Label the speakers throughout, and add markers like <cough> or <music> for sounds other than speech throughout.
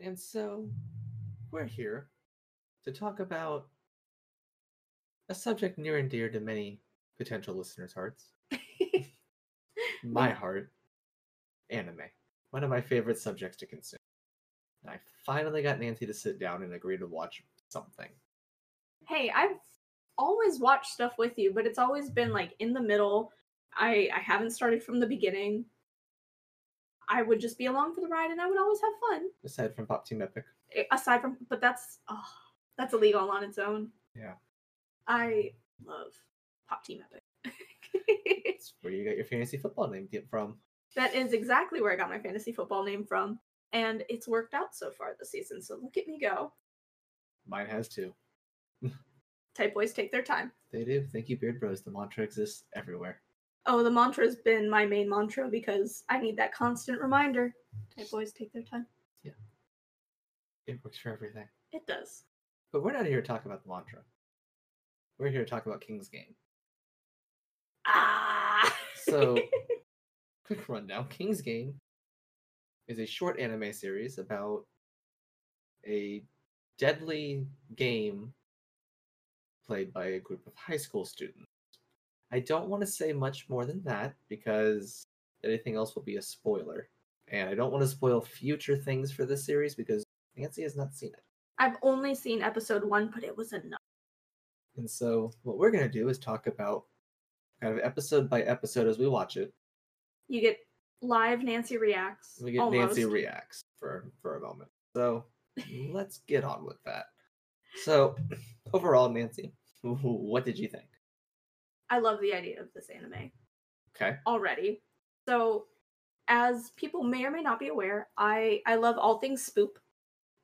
Speaker 1: And so we're here to talk about a subject near and dear to many potential listeners' hearts. my heart, anime. One of my favorite subjects to consume. And I finally got Nancy to sit down and agree to watch something.
Speaker 2: hey, I've always watched stuff with you, but it's always been like in the middle. I I haven't started from the beginning. I would just be along for the ride, and I would always have fun.
Speaker 1: Aside from Pop Team Epic.
Speaker 2: A- Aside from, but that's oh, that's illegal on its own.
Speaker 1: Yeah.
Speaker 2: I love Pop Team Epic.
Speaker 1: It's where you got your fantasy football name get from.
Speaker 2: <laughs> that is exactly where I got my fantasy football name from, and it's worked out so far this season. So look at me go.
Speaker 1: Mine has too.
Speaker 2: Type boys take their time.
Speaker 1: They do. Thank you, Beard Bros. The mantra exists everywhere.
Speaker 2: Oh, the mantra's been my main mantra because I need that constant reminder. Type boys take their time.
Speaker 1: It works for everything.
Speaker 2: It does.
Speaker 1: But we're not here to talk about the mantra. We're here to talk about King's Game.
Speaker 2: Ah. <laughs>
Speaker 1: So, quick rundown King's Game is a short anime series about a deadly game played by a group of high school students. I don't want to say much more than that because anything else will be a spoiler. And I don't want to spoil future things for this series because Nancy has not seen it.
Speaker 2: I've only seen episode one, but it was enough.
Speaker 1: And so, what we're going to do is talk about kind of episode by episode as we watch it.
Speaker 2: You get live Nancy reacts.
Speaker 1: We get
Speaker 2: almost.
Speaker 1: Nancy reacts for for a moment. So, let's get on with that. So, overall, Nancy, what did you think?
Speaker 2: I love the idea of this anime
Speaker 1: Okay.
Speaker 2: already. So, as people may or may not be aware, I I love all things spoop.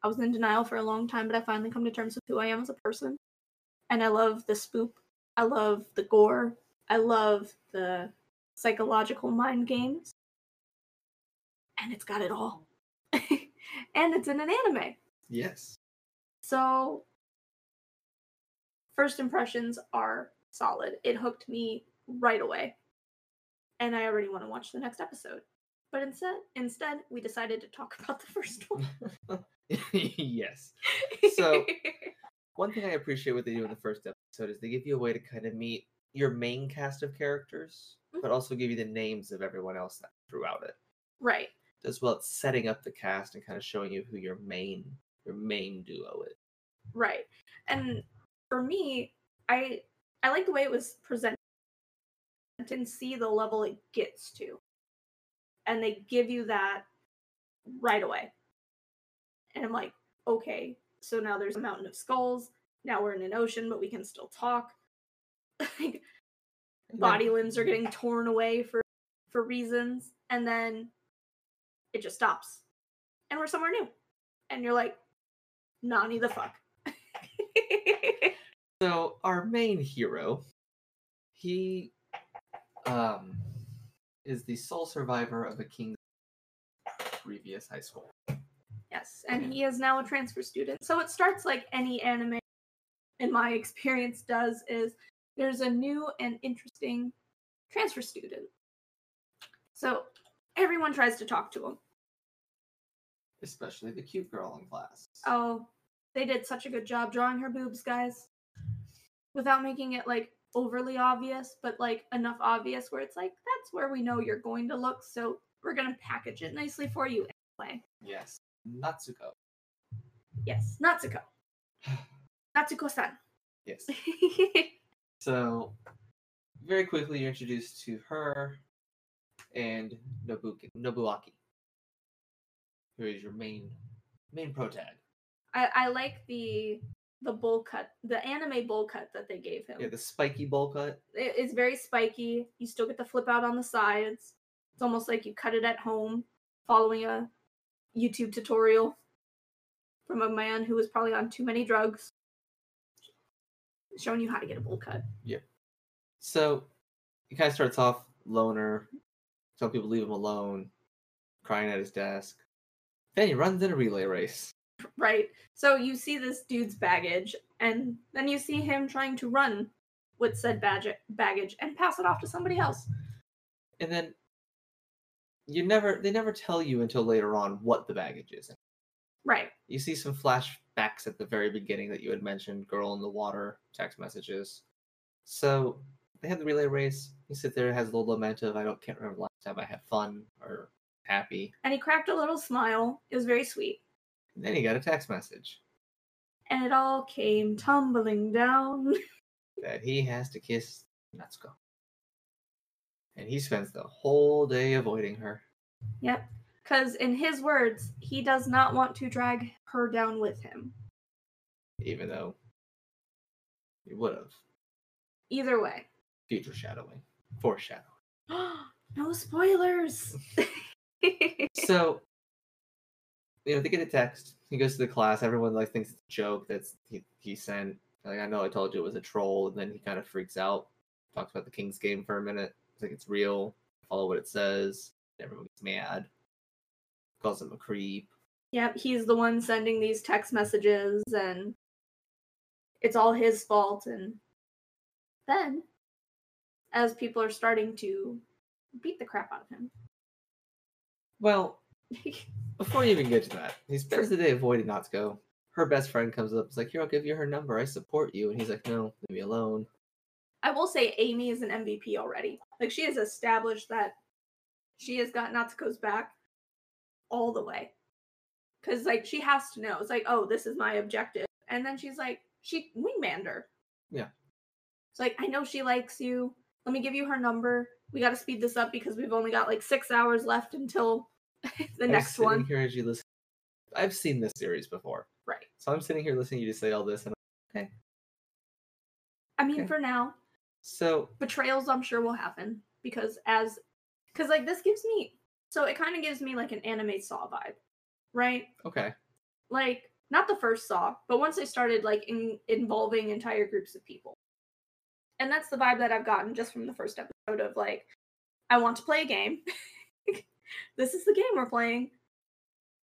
Speaker 2: I was in denial for a long time, but I finally come to terms with who I am as a person. And I love the spoop. I love the gore. I love the psychological mind games. And it's got it all. <laughs> and it's in an anime.
Speaker 1: Yes. <laughs>
Speaker 2: So, first impressions are solid. It hooked me right away, and I already want to watch the next episode. But instead, instead, we decided to talk <laughs> about the first one.
Speaker 1: yes. So- One thing I appreciate what they do in the first episode is they give you a way to kind of meet your main cast of characters, but also give you the names of everyone else that- throughout it.
Speaker 2: <laughs> right,
Speaker 1: As well, it's setting up the cast and kind of showing you who your main your main duo is.
Speaker 2: right, and for me, I I like the way it was presented. I can see the level it gets to, and they give you that right away. And I'm like, okay, so now there's a mountain of skulls. Now we're in an ocean, but we can still talk. <laughs> like
Speaker 1: And then-
Speaker 2: body limbs are getting torn away for for reasons, and then it just stops, and we're somewhere new, and you're like, Nani the fuck.
Speaker 1: <laughs>
Speaker 2: <laughs>
Speaker 1: So our main hero, he um is the sole survivor of a king's previous high school.
Speaker 2: Yes, and he is now a transfer student. So it starts like any anime, in my <laughs> experience, does is there's a new and interesting transfer student. So everyone tries to talk to him.
Speaker 1: Especially the cute girl in class.
Speaker 2: Oh, they did such a good job drawing her boobs, guys, without making it like overly obvious, but like enough obvious where it's like that's where we know you're going to look. So we're gonna package it nicely for you anyway.
Speaker 1: Yes. Natsuko.
Speaker 2: Yes, Natsuko. Natsuko-san. <laughs>
Speaker 1: Yes. So very quickly you're introduced to her and Nobuki Nobuaki. Who is your main main pro tag.
Speaker 2: I, I like the the bowl cut, the anime bowl cut that they gave him.
Speaker 1: Yeah, the spiky bowl cut.
Speaker 2: It- it's very spiky. You still get the flip out on the sides. It's almost like you cut it at home, following a YouTube tutorial from a man who was probably on too many drugs, showing you how to get a bowl cut.
Speaker 1: So he kind of starts off loner, telling people to leave him alone, crying at his desk. Then he runs in a relay race.
Speaker 2: Right. So you see this dude's baggage, and then you see him trying to run with said badge- baggage and pass it off to somebody else.
Speaker 1: And then you never they never tell you until later on what the baggage is.
Speaker 2: Right.
Speaker 1: You see some flashbacks at the very beginning that you had mentioned, girl in the water, text messages. So they have the relay race. You sit there, it has a little lament of I don't can't remember the last time I had fun or happy.
Speaker 2: And he cracked a little smile. It was very sweet.
Speaker 1: And then you got a text message
Speaker 2: And it all came tumbling down.
Speaker 1: that he has to kiss Natsuko. And he spends the whole day avoiding her.
Speaker 2: yep. Because, in his words, he does not want to drag her down with him.
Speaker 1: even though it would have
Speaker 2: Either way.
Speaker 1: future shadowing, foreshadowing.
Speaker 2: no spoilers.
Speaker 1: so, you know, they get a text. He goes to the class. Everyone like thinks it's a joke that's he, he sent. Like I know I told you it was a troll, and then he kind of freaks out. Talks about the Kings game for a minute. He's like it's real. Follow what it says. Everyone gets mad. Calls him a creep.
Speaker 2: Yep, he's the one sending these text messages, and it's all his fault. And then, as people are starting to beat the crap out of him,
Speaker 1: Well,
Speaker 2: <laughs>
Speaker 1: before you even get to that, he spends the day avoiding Natsuko. Her best friend comes up, is like, "Here, I'll give you her number. I support you." And he's like, "No, leave me alone."
Speaker 2: I will say Amy is an MVP already. Like, she has established that she has got Natsuko's back all the way. Because, like, she has to know. It's like, oh, this is my objective. And then she's like, she wingmanned her.
Speaker 1: Yeah.
Speaker 2: It's like, I know she likes you. Let me give you her number. We got to speed this up because we've only got like six hours left until <laughs> the
Speaker 1: I'm
Speaker 2: next
Speaker 1: sitting
Speaker 2: one.
Speaker 1: Here as you listen, I've seen this series before,
Speaker 2: Right.
Speaker 1: so I'm sitting here listening to you say all this, and
Speaker 2: I mean,
Speaker 1: Okay.
Speaker 2: for now,
Speaker 1: so
Speaker 2: betrayals i'm sure will happen because as because like this gives me so it kind of gives me like an anime saw vibe right
Speaker 1: okay,
Speaker 2: like not the first saw but once i started like in, involving entire groups of people and that's the vibe that i've gotten just from the first episode of like i want to play a game <laughs> this is the game we're playing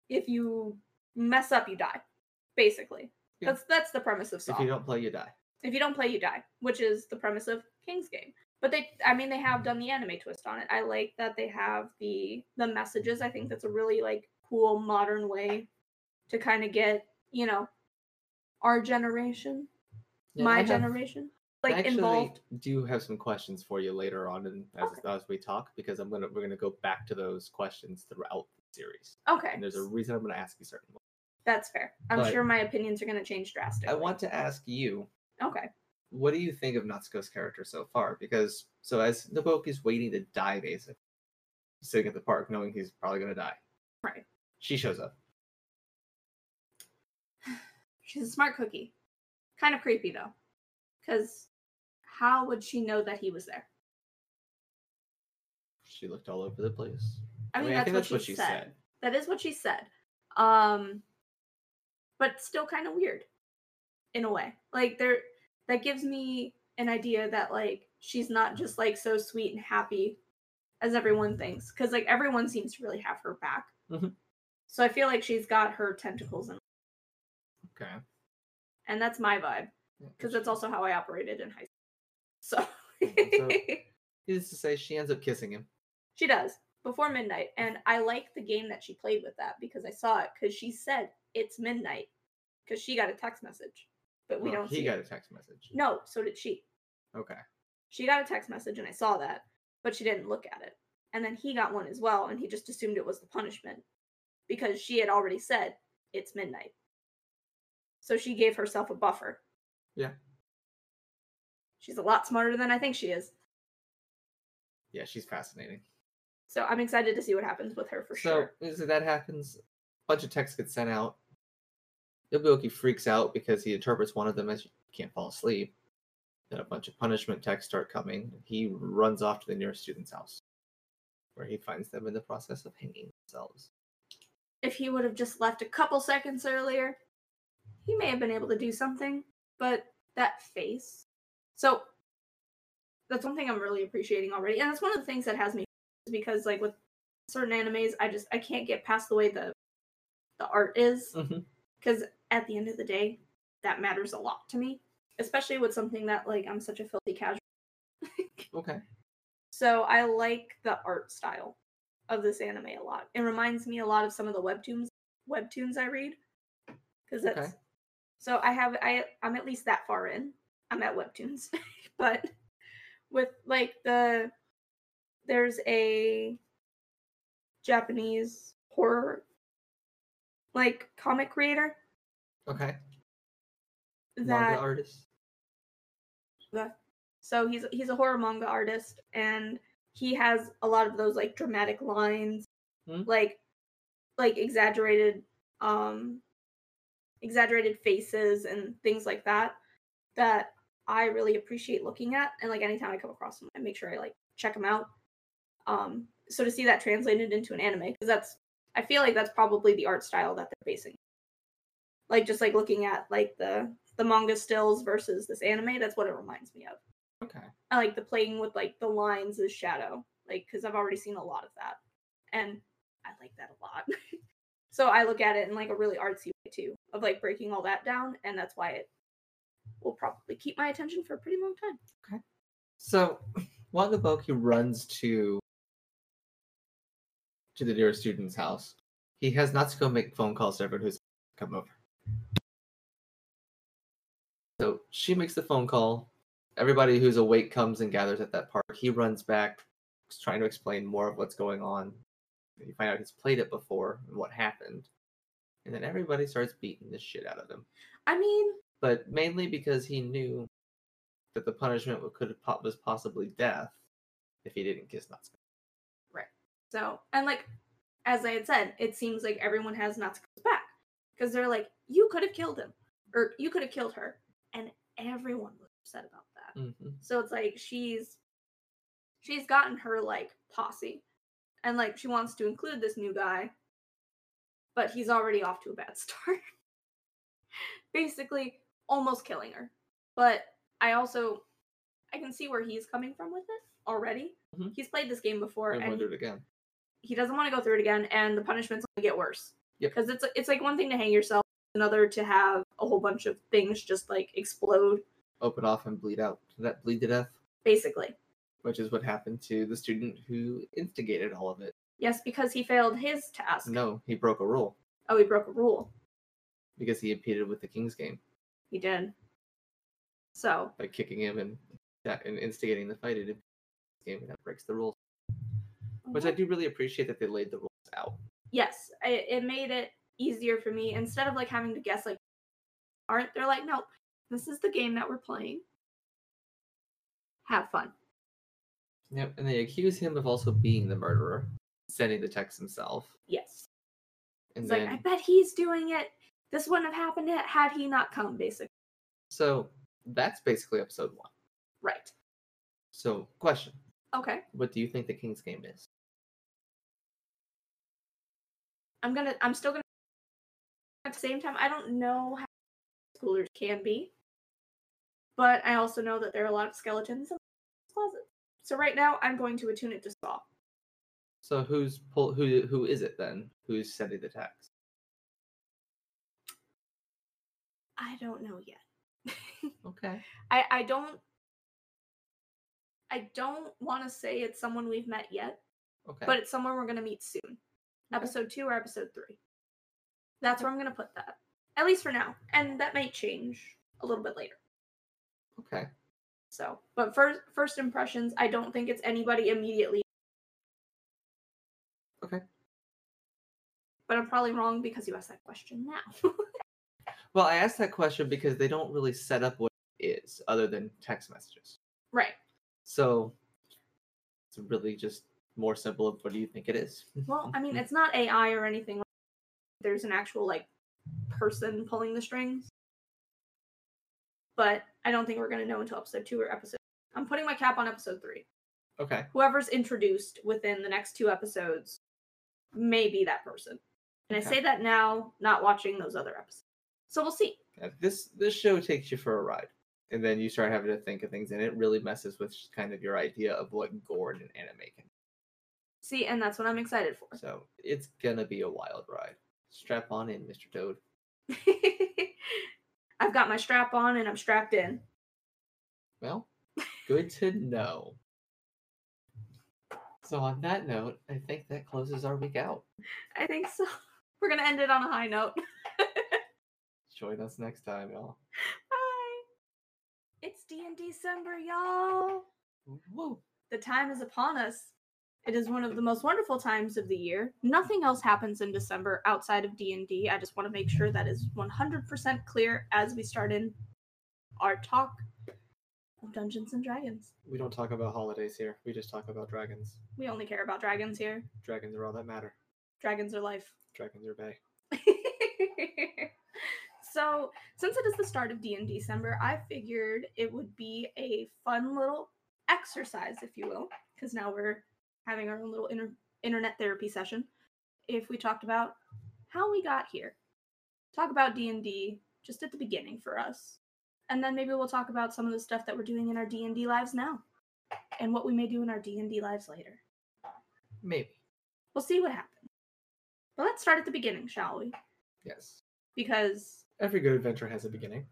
Speaker 2: if you mess up you die basically
Speaker 1: Yeah.
Speaker 2: that's that's the premise of saw
Speaker 1: if you don't play, you die.
Speaker 2: if you don't play you die which is the premise of king's game but they i mean they have done the anime twist on it i like that they have the the messages i think that's a really like cool modern way to kind of get you know our generation
Speaker 1: Yeah,
Speaker 2: my
Speaker 1: I have-
Speaker 2: generation
Speaker 1: I
Speaker 2: like
Speaker 1: actually
Speaker 2: involved
Speaker 1: do have some questions for you later on, and as, as we talk, because I'm gonna we're gonna go back to those questions throughout the series,
Speaker 2: okay
Speaker 1: and there's a reason I'm gonna ask you certain ones.
Speaker 2: that's fair i'm
Speaker 1: but-
Speaker 2: sure my opinions are going to change drastically
Speaker 1: I want to ask you,
Speaker 2: okay
Speaker 1: what do you think of Natsuko's character so far? Because so as Noboki's waiting to die, basically sitting at the park, knowing he's probably gonna die.
Speaker 2: Right.
Speaker 1: She shows up.
Speaker 2: she's a smart cookie kind of creepy though because how would she know that he was there
Speaker 1: She looked all over the place.
Speaker 2: i mean, that's,
Speaker 1: think
Speaker 2: what,
Speaker 1: that's what
Speaker 2: she
Speaker 1: she
Speaker 2: said.
Speaker 1: said.
Speaker 2: That is what she said. Um but still kind of weird in a way. Like there that gives me an idea that like she's not just like so sweet and happy as everyone thinks cuz like everyone seems to really have her back.
Speaker 1: Mhm.
Speaker 2: So I feel like she's got her tentacles in,
Speaker 1: Okay.
Speaker 2: and that's my vibe
Speaker 1: Yeah,
Speaker 2: cuz
Speaker 1: she-
Speaker 2: that's also how I operated in high school. So <laughs>
Speaker 1: Mhm, Needless to say, she ends up kissing him.
Speaker 2: She does before midnight, and I like the game that she played with that because I saw it because she said it's midnight because she got a text message, but we
Speaker 1: Well,
Speaker 2: don't
Speaker 1: Oh, he
Speaker 2: see.
Speaker 1: got
Speaker 2: it.
Speaker 1: a text message.
Speaker 2: No, so did she.
Speaker 1: Okay.
Speaker 2: She got a text message, and I saw that, but she didn't look at it. And then he got one as well, and he just assumed it was the punishment because she had already said it's midnight. So she gave herself a buffer.
Speaker 1: Yeah.
Speaker 2: She's a lot smarter than I think she is.
Speaker 1: Yeah, she's fascinating.
Speaker 2: So I'm excited to see what happens with her for
Speaker 1: so,
Speaker 2: sure.
Speaker 1: so that happens. A bunch of texts get sent out. Nobuoki freaks out because he interprets one of them as you can't fall asleep. Then a bunch of punishment texts start coming. He runs off to the nearest student's house, where he finds them in the process of hanging themselves.
Speaker 2: if he would have just left a couple seconds earlier, he may have been able to do something. But that face. So that's one thing I'm really appreciating already. And that's one of the things that has me is because like with certain animes, I just I can't get past the way the the art is.
Speaker 1: Mhm.
Speaker 2: Cause at the end of the day, that matters a lot to me. Especially with something that like I'm such a filthy casual. <laughs>
Speaker 1: Okay.
Speaker 2: So I like the art style of this anime a lot. It reminds me a lot of some of the webtoons webtoons I read because that's
Speaker 1: Okay.
Speaker 2: so I have I I'm at least that far in. I'm at webtoons, <laughs> but with like the there's a Japanese horror like comic creator
Speaker 1: Okay.
Speaker 2: that
Speaker 1: Manga artist.
Speaker 2: So he's he's a horror manga artist, and he has a lot of those like dramatic lines,
Speaker 1: Hmm.
Speaker 2: like like exaggerated um exaggerated faces and things like that that I really appreciate looking at. And like anytime I come across them, I make sure I like check them out. Um, so to see that translated into an anime, because that's I feel like that's probably the art style that they're basing. Like just like looking at like the the manga stills versus this anime, that's what it reminds me of.
Speaker 1: Okay.
Speaker 2: I like the playing with like the lines as shadow, like because I've already seen a lot of that, and I like that a lot. <laughs> so I look at it in like a really artsy way too, of like breaking all that down, and that's why it will probably keep my attention for a pretty long time.
Speaker 1: So <laughs> Wagaboki runs to to the nearest student's house. He has not to go make phone calls to everyone who's come over. So she makes the phone call. Everybody who's awake comes and gathers at that park. He runs back, s- trying to explain more of what's going on. You find out he's played it before and what happened. And then everybody starts beating the shit out of him
Speaker 2: I mean,
Speaker 1: but mainly because he knew that the punishment wa- could po- was possibly death if he didn't kiss Natsuko.
Speaker 2: so and like as I had said, it seems like everyone has Natsuko's back because they're like, you could have killed him or you could have killed her, and everyone was upset about that.
Speaker 1: Mm-hmm.
Speaker 2: So it's like she's she's gotten her like posse and like she wants to include this new guy, but he's already off to a bad <laughs> start. Basically almost killing her. But I also I can see where he's coming from with it already.
Speaker 1: Mhm.
Speaker 2: He's played this game before
Speaker 1: I
Speaker 2: and
Speaker 1: wondered again.
Speaker 2: he doesn't want to go through it again and the punishments only get worse.
Speaker 1: Yep.
Speaker 2: Cuz it's it's like one thing to hang yourself, another to have a whole bunch of things just like explode
Speaker 1: Open off and bleed out. Did that bleed to death?
Speaker 2: basically.
Speaker 1: Which is what happened to the student who instigated all of it.
Speaker 2: Yes, because he failed his task.
Speaker 1: No, he broke a rule
Speaker 2: Oh, he broke a rule.
Speaker 1: because he impeded with the king's game
Speaker 2: He did. So,
Speaker 1: by kicking him and that and instigating the fight. It impedes the game and that breaks the rules. Which I do really appreciate that they laid the rules out.
Speaker 2: yes, it, it made it easier for me instead of like having to guess like aren't they're like no, this is the game that we're playing. Have fun.
Speaker 1: Yep, and they accuse him of also being the murderer, sending the text himself,
Speaker 2: Yes.
Speaker 1: and
Speaker 2: It's
Speaker 1: then
Speaker 2: like I bet he's doing it. This wouldn't have happened yet had he not come basically.
Speaker 1: So that's basically episode one.
Speaker 2: Right.
Speaker 1: So, question:
Speaker 2: Okay.
Speaker 1: What do you think the King's game is?
Speaker 2: I'm going to I'm still going to at the same time I don't know how schoolers can be. But I also know that there are a lot of skeletons in the closet. So right now I'm going to attune it to saw.
Speaker 1: So who's pull? Who who is it then? Who's sending the text?
Speaker 2: I don't know yet. <laughs>
Speaker 1: Okay.
Speaker 2: I I don't I don't want to say it's someone we've met yet,
Speaker 1: Okay.
Speaker 2: but it's someone we're going to meet soon. Episode 2 or episode 3. That's where I'm going to put that. At least for now. And that might change a little bit later.
Speaker 1: okay.
Speaker 2: So, but first first impressions, I don't think it's anybody immediately.
Speaker 1: Okay.
Speaker 2: But I'm probably wrong because you asked that question now. <laughs>
Speaker 1: Well, I asked that question because they don't really set up what it is other than text messages.
Speaker 2: right.
Speaker 1: So it's really just more simple of what do you think it is?
Speaker 2: Well,
Speaker 1: <laughs>
Speaker 2: I mean,
Speaker 1: Mm-hmm.
Speaker 2: it's not AI or anything. There's an actual like person pulling the strings. But I don't think we're gonna know until episode two or episode. I'm putting my cap on episode three.
Speaker 1: okay.
Speaker 2: Whoever's introduced within the next two episodes may be that person. And I
Speaker 1: Okay.
Speaker 2: say that now, not watching those other episodes. So we'll see.
Speaker 1: Yeah, uh, This this show takes you for a ride, and then you start having to think of things, and it really messes with kind of your idea of what gore in an anime can
Speaker 2: See, and that's what I'm excited for. <laughs>
Speaker 1: So it's gonna be a wild ride. Strap on in, Mr. Toad.
Speaker 2: I've got my strap on and I'm strapped in.
Speaker 1: Well, good to know. So on that note, I think that closes our week out.
Speaker 2: I think so. <laughs> We're gonna end it on a high note. <laughs>
Speaker 1: Join us next time, y'all.
Speaker 2: Bye. It's D and December, y'all.
Speaker 1: Woo.
Speaker 2: The time is upon us. It is one of the most wonderful times of the year. Nothing else happens in December outside of D&D. I just want to make sure that is 100% clear as we start in our talk of Dungeons and Dragons.
Speaker 1: We don't talk about holidays here. We just talk about dragons.
Speaker 2: We only care about dragons here.
Speaker 1: Dragons are all that matter.
Speaker 2: Dragons are life.
Speaker 1: Dragons are bay.
Speaker 2: <laughs> so, since it is the start of D&D December, I figured it would be a fun little exercise, if you will, because now we're having our own little inter- internet therapy session if we talked about how we got here talk about d&d just at the beginning for us and then maybe we'll talk about some of the stuff that we're doing in our d&d lives now and what we may do in our d&d lives later
Speaker 1: Maybe.
Speaker 2: we'll see what happens but let's start at the beginning shall we
Speaker 1: Yes.
Speaker 2: because
Speaker 1: Every good adventure has a beginning.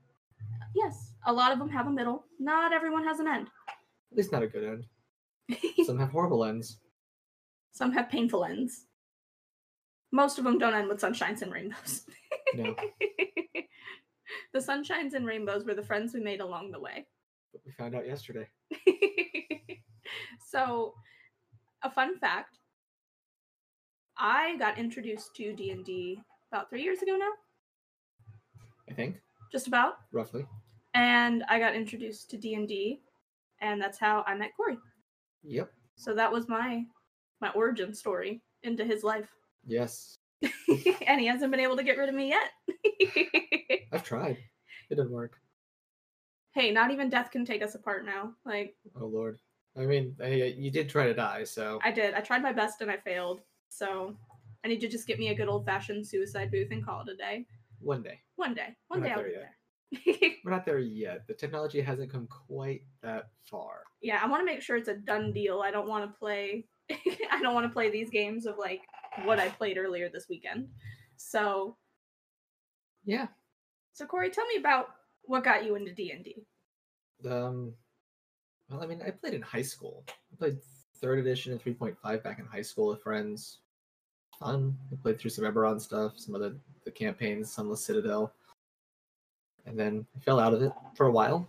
Speaker 2: yes a lot of them have a middle not everyone has an end
Speaker 1: At least not a good end. Some have horrible ends.
Speaker 2: <laughs> some have painful ends most of them don't end with sunshines and rainbows <laughs>
Speaker 1: No.
Speaker 2: the sunshines and rainbows were the friends we made along the way. <laughs>
Speaker 1: but we found out yesterday.
Speaker 2: so, a fun fact: I got introduced to D and D about three years ago now,
Speaker 1: I think.
Speaker 2: just about,
Speaker 1: Roughly.
Speaker 2: and I got introduced to D and D, and that's how I met Corey.
Speaker 1: Yep.
Speaker 2: So that was my my origin story into his life,
Speaker 1: Yes.
Speaker 2: <laughs> and he hasn't been able to get rid of me yet. <laughs>
Speaker 1: I've tried. It didn't work.
Speaker 2: hey, not even death can take us apart now. Like
Speaker 1: Oh lord. I mean, I, you did try to die, so
Speaker 2: I did. I tried my best and I failed. So I need to just get me a good old fashioned suicide booth and call it a day.
Speaker 1: one day.
Speaker 2: One day. One
Speaker 1: We're
Speaker 2: day
Speaker 1: not
Speaker 2: I'll
Speaker 1: there
Speaker 2: get there. <laughs>
Speaker 1: We're not there yet. The technology hasn't come quite that far.
Speaker 2: yeah, I want to make sure it's a done deal. I don't want to play. <laughs> I don't want to play these games of like what I played earlier this weekend. So,
Speaker 1: Yeah.
Speaker 2: so Corey, tell me about what got you into D and D.
Speaker 1: Um, well, I mean, I played in high school. I played third edition and 3.5 back in high school with friends. Fun. I played through some Eberron stuff, some other the campaigns, Sunless Citadel. And then I fell out of it for a while.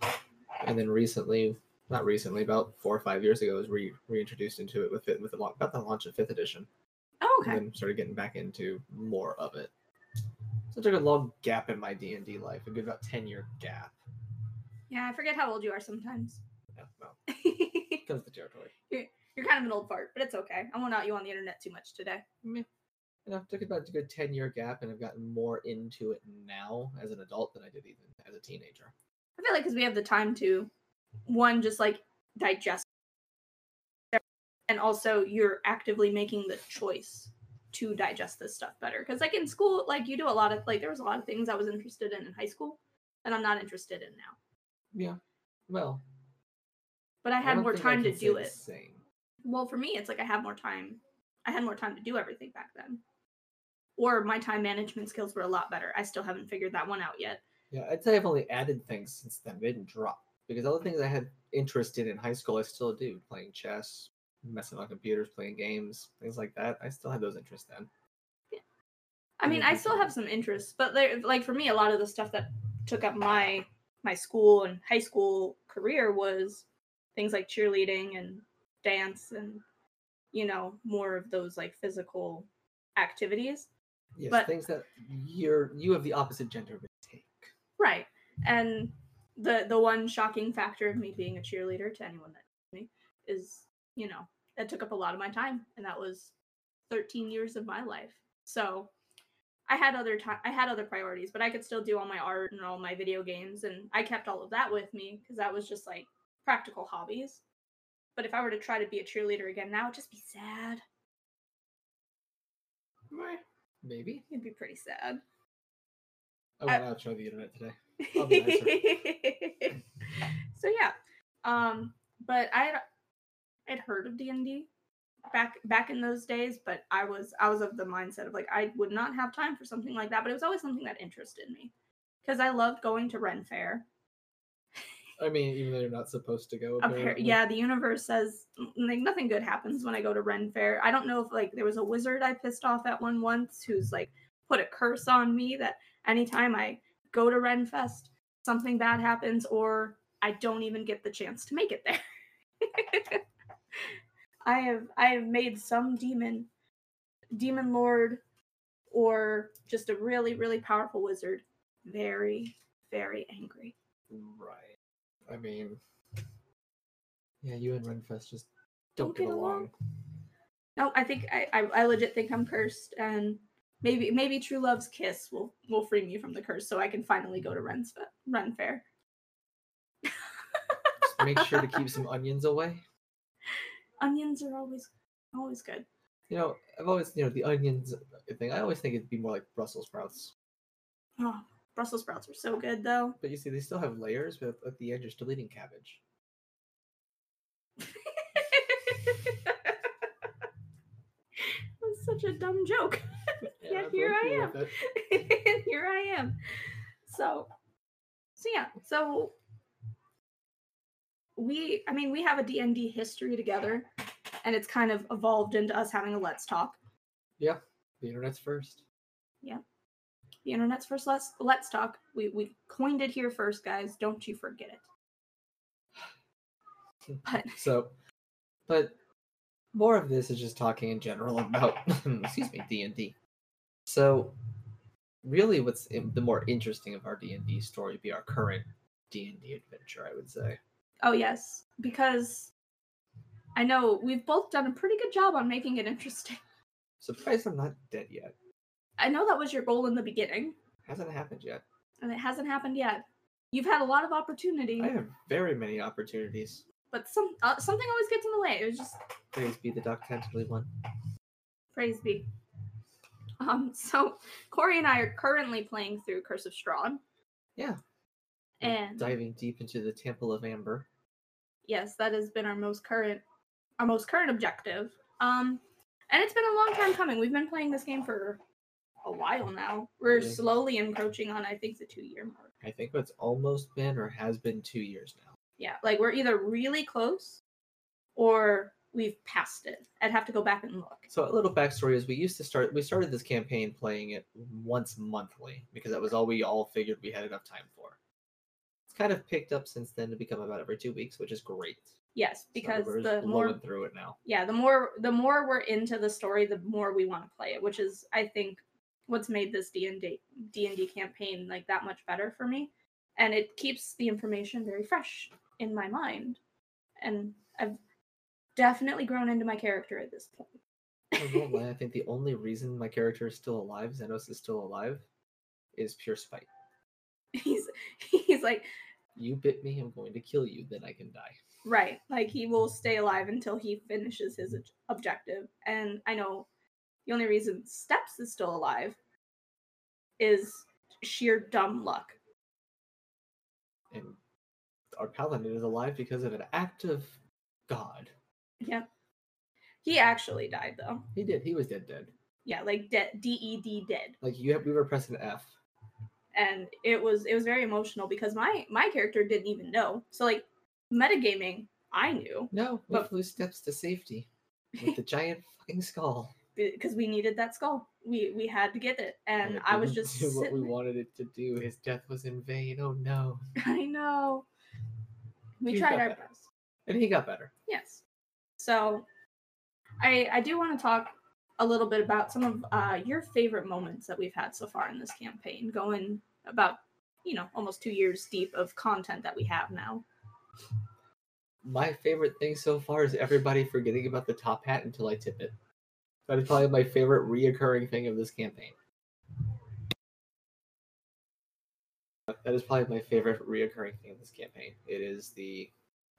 Speaker 1: And then recently, not recently, about four or five years ago, I was re- reintroduced into it with it with the, lau- about the launch of fifth edition.
Speaker 2: Oh, okay.
Speaker 1: And then started getting back into more of it. So I took a long gap in my D and D life, a good about ten year gap.
Speaker 2: Yeah, I forget how old you are sometimes. <laughs>
Speaker 1: Yeah, well,
Speaker 2: You're
Speaker 1: comes the territory.
Speaker 2: kind of an old fart, but it's okay. I won't out you on the internet too much today.
Speaker 1: you know, took about a good 10 year gap and I've gotten more into it now as an adult than I did even as a teenager.
Speaker 2: I feel like because we have the time to, one, just like digest, and also you're actively making the choice to digest this stuff better. Because like in school, like you do a lot of like there was a lot of things I was interested in in high school that I'm not interested in now,
Speaker 1: Yeah. Well,
Speaker 2: but I had
Speaker 1: don't
Speaker 2: more
Speaker 1: think I
Speaker 2: time to
Speaker 1: can say
Speaker 2: do
Speaker 1: the
Speaker 2: it.
Speaker 1: Same.
Speaker 2: Well, for me, it's like I have more time. I had more time to do everything back then. Or my time management skills were a lot better. I still haven't figured that one out yet.
Speaker 1: Yeah, I'd say I've only added things since then. They didn't drop because all the things I had interest in in high school, I still do playing chess, messing on computers, playing games, things like that. I still had those interests then.
Speaker 2: I
Speaker 1: I
Speaker 2: mean,
Speaker 1: think
Speaker 2: I
Speaker 1: that's
Speaker 2: still
Speaker 1: all.
Speaker 2: have some interests, but there, like for me, a lot of the stuff that took up my my school and high school career was things like cheerleading and dance and you know more of those like physical activities,
Speaker 1: Yes,
Speaker 2: But-
Speaker 1: things that you're you of the opposite gender would take.
Speaker 2: right? And the the one shocking factor of me being a cheerleader to anyone that knows me is you know that took up a lot of my time, and that was thirteen years of my life. So I had other time I had other priorities, but I could still do all my art and all my video games and I kept all of that with me because that was just like practical hobbies. But if I were to try to be a cheerleader again now, it'd just be sad.
Speaker 1: Meh, Maybe.
Speaker 2: It'd be pretty sad.
Speaker 1: I went out to the internet today. I'll be nicer.
Speaker 2: <laughs> so yeah. Um but I had I'd heard of D&D back back in those days, but I was I was of the mindset of like I would not have time for something like that, but it was always something that interested me. Cuz I loved going to Ren Fair.
Speaker 1: I mean, even though you're not supposed to go.
Speaker 2: Appar-
Speaker 1: apparently.
Speaker 2: yeah, the universe says n- like nothing good happens when I go to Ren Fair. I don't know if like there was a wizard I pissed off at one once who's like put a curse on me that anytime I go to Renfest, something bad happens or I don't even get the chance to make it there. <laughs> I have I have made some demon demon lord or just a really really powerful wizard very very angry.
Speaker 1: Right. I mean, yeah, you and Renfest just
Speaker 2: Don't get along. No, I think I, I I legit think I'm cursed and maybe maybe true love's kiss will will free me from the curse so I can finally go to Ren's Ren Fair.
Speaker 1: Just make sure to keep
Speaker 2: <laughs>
Speaker 1: some onions away.
Speaker 2: Onions are always always good.
Speaker 1: You know, I've always, you know, the onions thing, I always think it'd be more like Brussels sprouts.
Speaker 2: Oh, Brussels sprouts are so good though. <laughs>
Speaker 1: But you see, they still have layers, but at the end, you're still eating cabbage.
Speaker 2: That's such a dumb joke. <laughs> Yeah,
Speaker 1: I'm
Speaker 2: here I
Speaker 1: okay
Speaker 2: am.
Speaker 1: with it.
Speaker 2: and here I am. So, so yeah. So we, I mean, we have a D and D history together, and it's kind of evolved into us having a let's talk.
Speaker 1: The internet's first.
Speaker 2: The internet's first let's let's talk. We we coined it here first, guys. Don't you forget it. But
Speaker 1: So, but more of this is just talking in general about, <laughs> excuse me, D and D. So, really, what's in, the more interesting of our D and D story would be our current D and D adventure, I would say.
Speaker 2: oh yes, because I know we've both done a pretty good job on making it interesting. <laughs>
Speaker 1: Surprised I'm not dead yet.
Speaker 2: I know that was your goal in the beginning,
Speaker 1: Hasn't happened yet.
Speaker 2: and it hasn't happened yet. You've had a lot of opportunity.
Speaker 1: I have very many opportunities.
Speaker 2: but some uh, something always gets in the way. It was just
Speaker 1: Praise be the Doc Tentatively one.
Speaker 2: praise be. Um, <laughs> so Corey and I are currently playing through Curse of Strahd.
Speaker 1: Yeah.
Speaker 2: And
Speaker 1: diving deep into the Temple of Amber.
Speaker 2: yes, that has been our most current our most current objective. Um, and it's been a long time coming. We've been playing this game for a while now. We're
Speaker 1: Yeah.
Speaker 2: slowly encroaching on I think the two year mark.
Speaker 1: I think it's almost been or has been two years now.
Speaker 2: Yeah, like we're either really close or we've passed it. I'd have to go back and look.
Speaker 1: So a little backstory is we used to start we started this campaign playing it once monthly because that was all we all figured we had enough time for. It's kind of picked up since then to become about every two weeks, which is great.
Speaker 2: Yes,
Speaker 1: So
Speaker 2: because
Speaker 1: we're
Speaker 2: the
Speaker 1: just
Speaker 2: more
Speaker 1: blowing through it now.
Speaker 2: yeah the more the more we're into the story the more we want to play it which is i think what's made this d&d d&d campaign like that much better for me and it keeps the information very fresh in my mind and i've definitely grown into my character at this point <laughs>
Speaker 1: I won't lie, I think the only reason my character is still alive, Xenos is still alive, is pure spite.
Speaker 2: he's he's like
Speaker 1: You bit me, I'm going to kill you, then I can die.
Speaker 2: Right. Like he will stay alive until he finishes his ob- objective. And I know the only reason Steps is still alive is sheer dumb luck.
Speaker 1: And our paladin is alive because of an act of God.
Speaker 2: Yep. He actually died though.
Speaker 1: He did. He was dead, dead.
Speaker 2: Yeah, like de- D E D dead.
Speaker 1: Like you, have, we were pressing F.
Speaker 2: And it was it was very emotional because my my character didn't even know. So like metagaming, I knew
Speaker 1: No, we
Speaker 2: But-
Speaker 1: flew steps to safety with
Speaker 2: <laughs>
Speaker 1: the giant fucking skull.
Speaker 2: because we needed that skull. We we had to get it. And,
Speaker 1: it
Speaker 2: I was
Speaker 1: didn't <laughs>
Speaker 2: just
Speaker 1: do what we
Speaker 2: sitting-
Speaker 1: wanted it to do. His death was in vain. Oh no!
Speaker 2: <laughs> I know. We
Speaker 1: He's
Speaker 2: tried
Speaker 1: got
Speaker 2: our
Speaker 1: better.
Speaker 2: best.
Speaker 1: And he got better.
Speaker 2: Yes. So I I do want to talk a little bit about some of uh, your favorite moments that we've had so far in this campaign, going about you know almost two years deep of content that we have now.
Speaker 1: My favorite thing so far is everybody forgetting about the top hat until I tip it. That is probably my favorite reoccurring thing of this campaign. That is probably my favorite reoccurring thing of this campaign. It is the,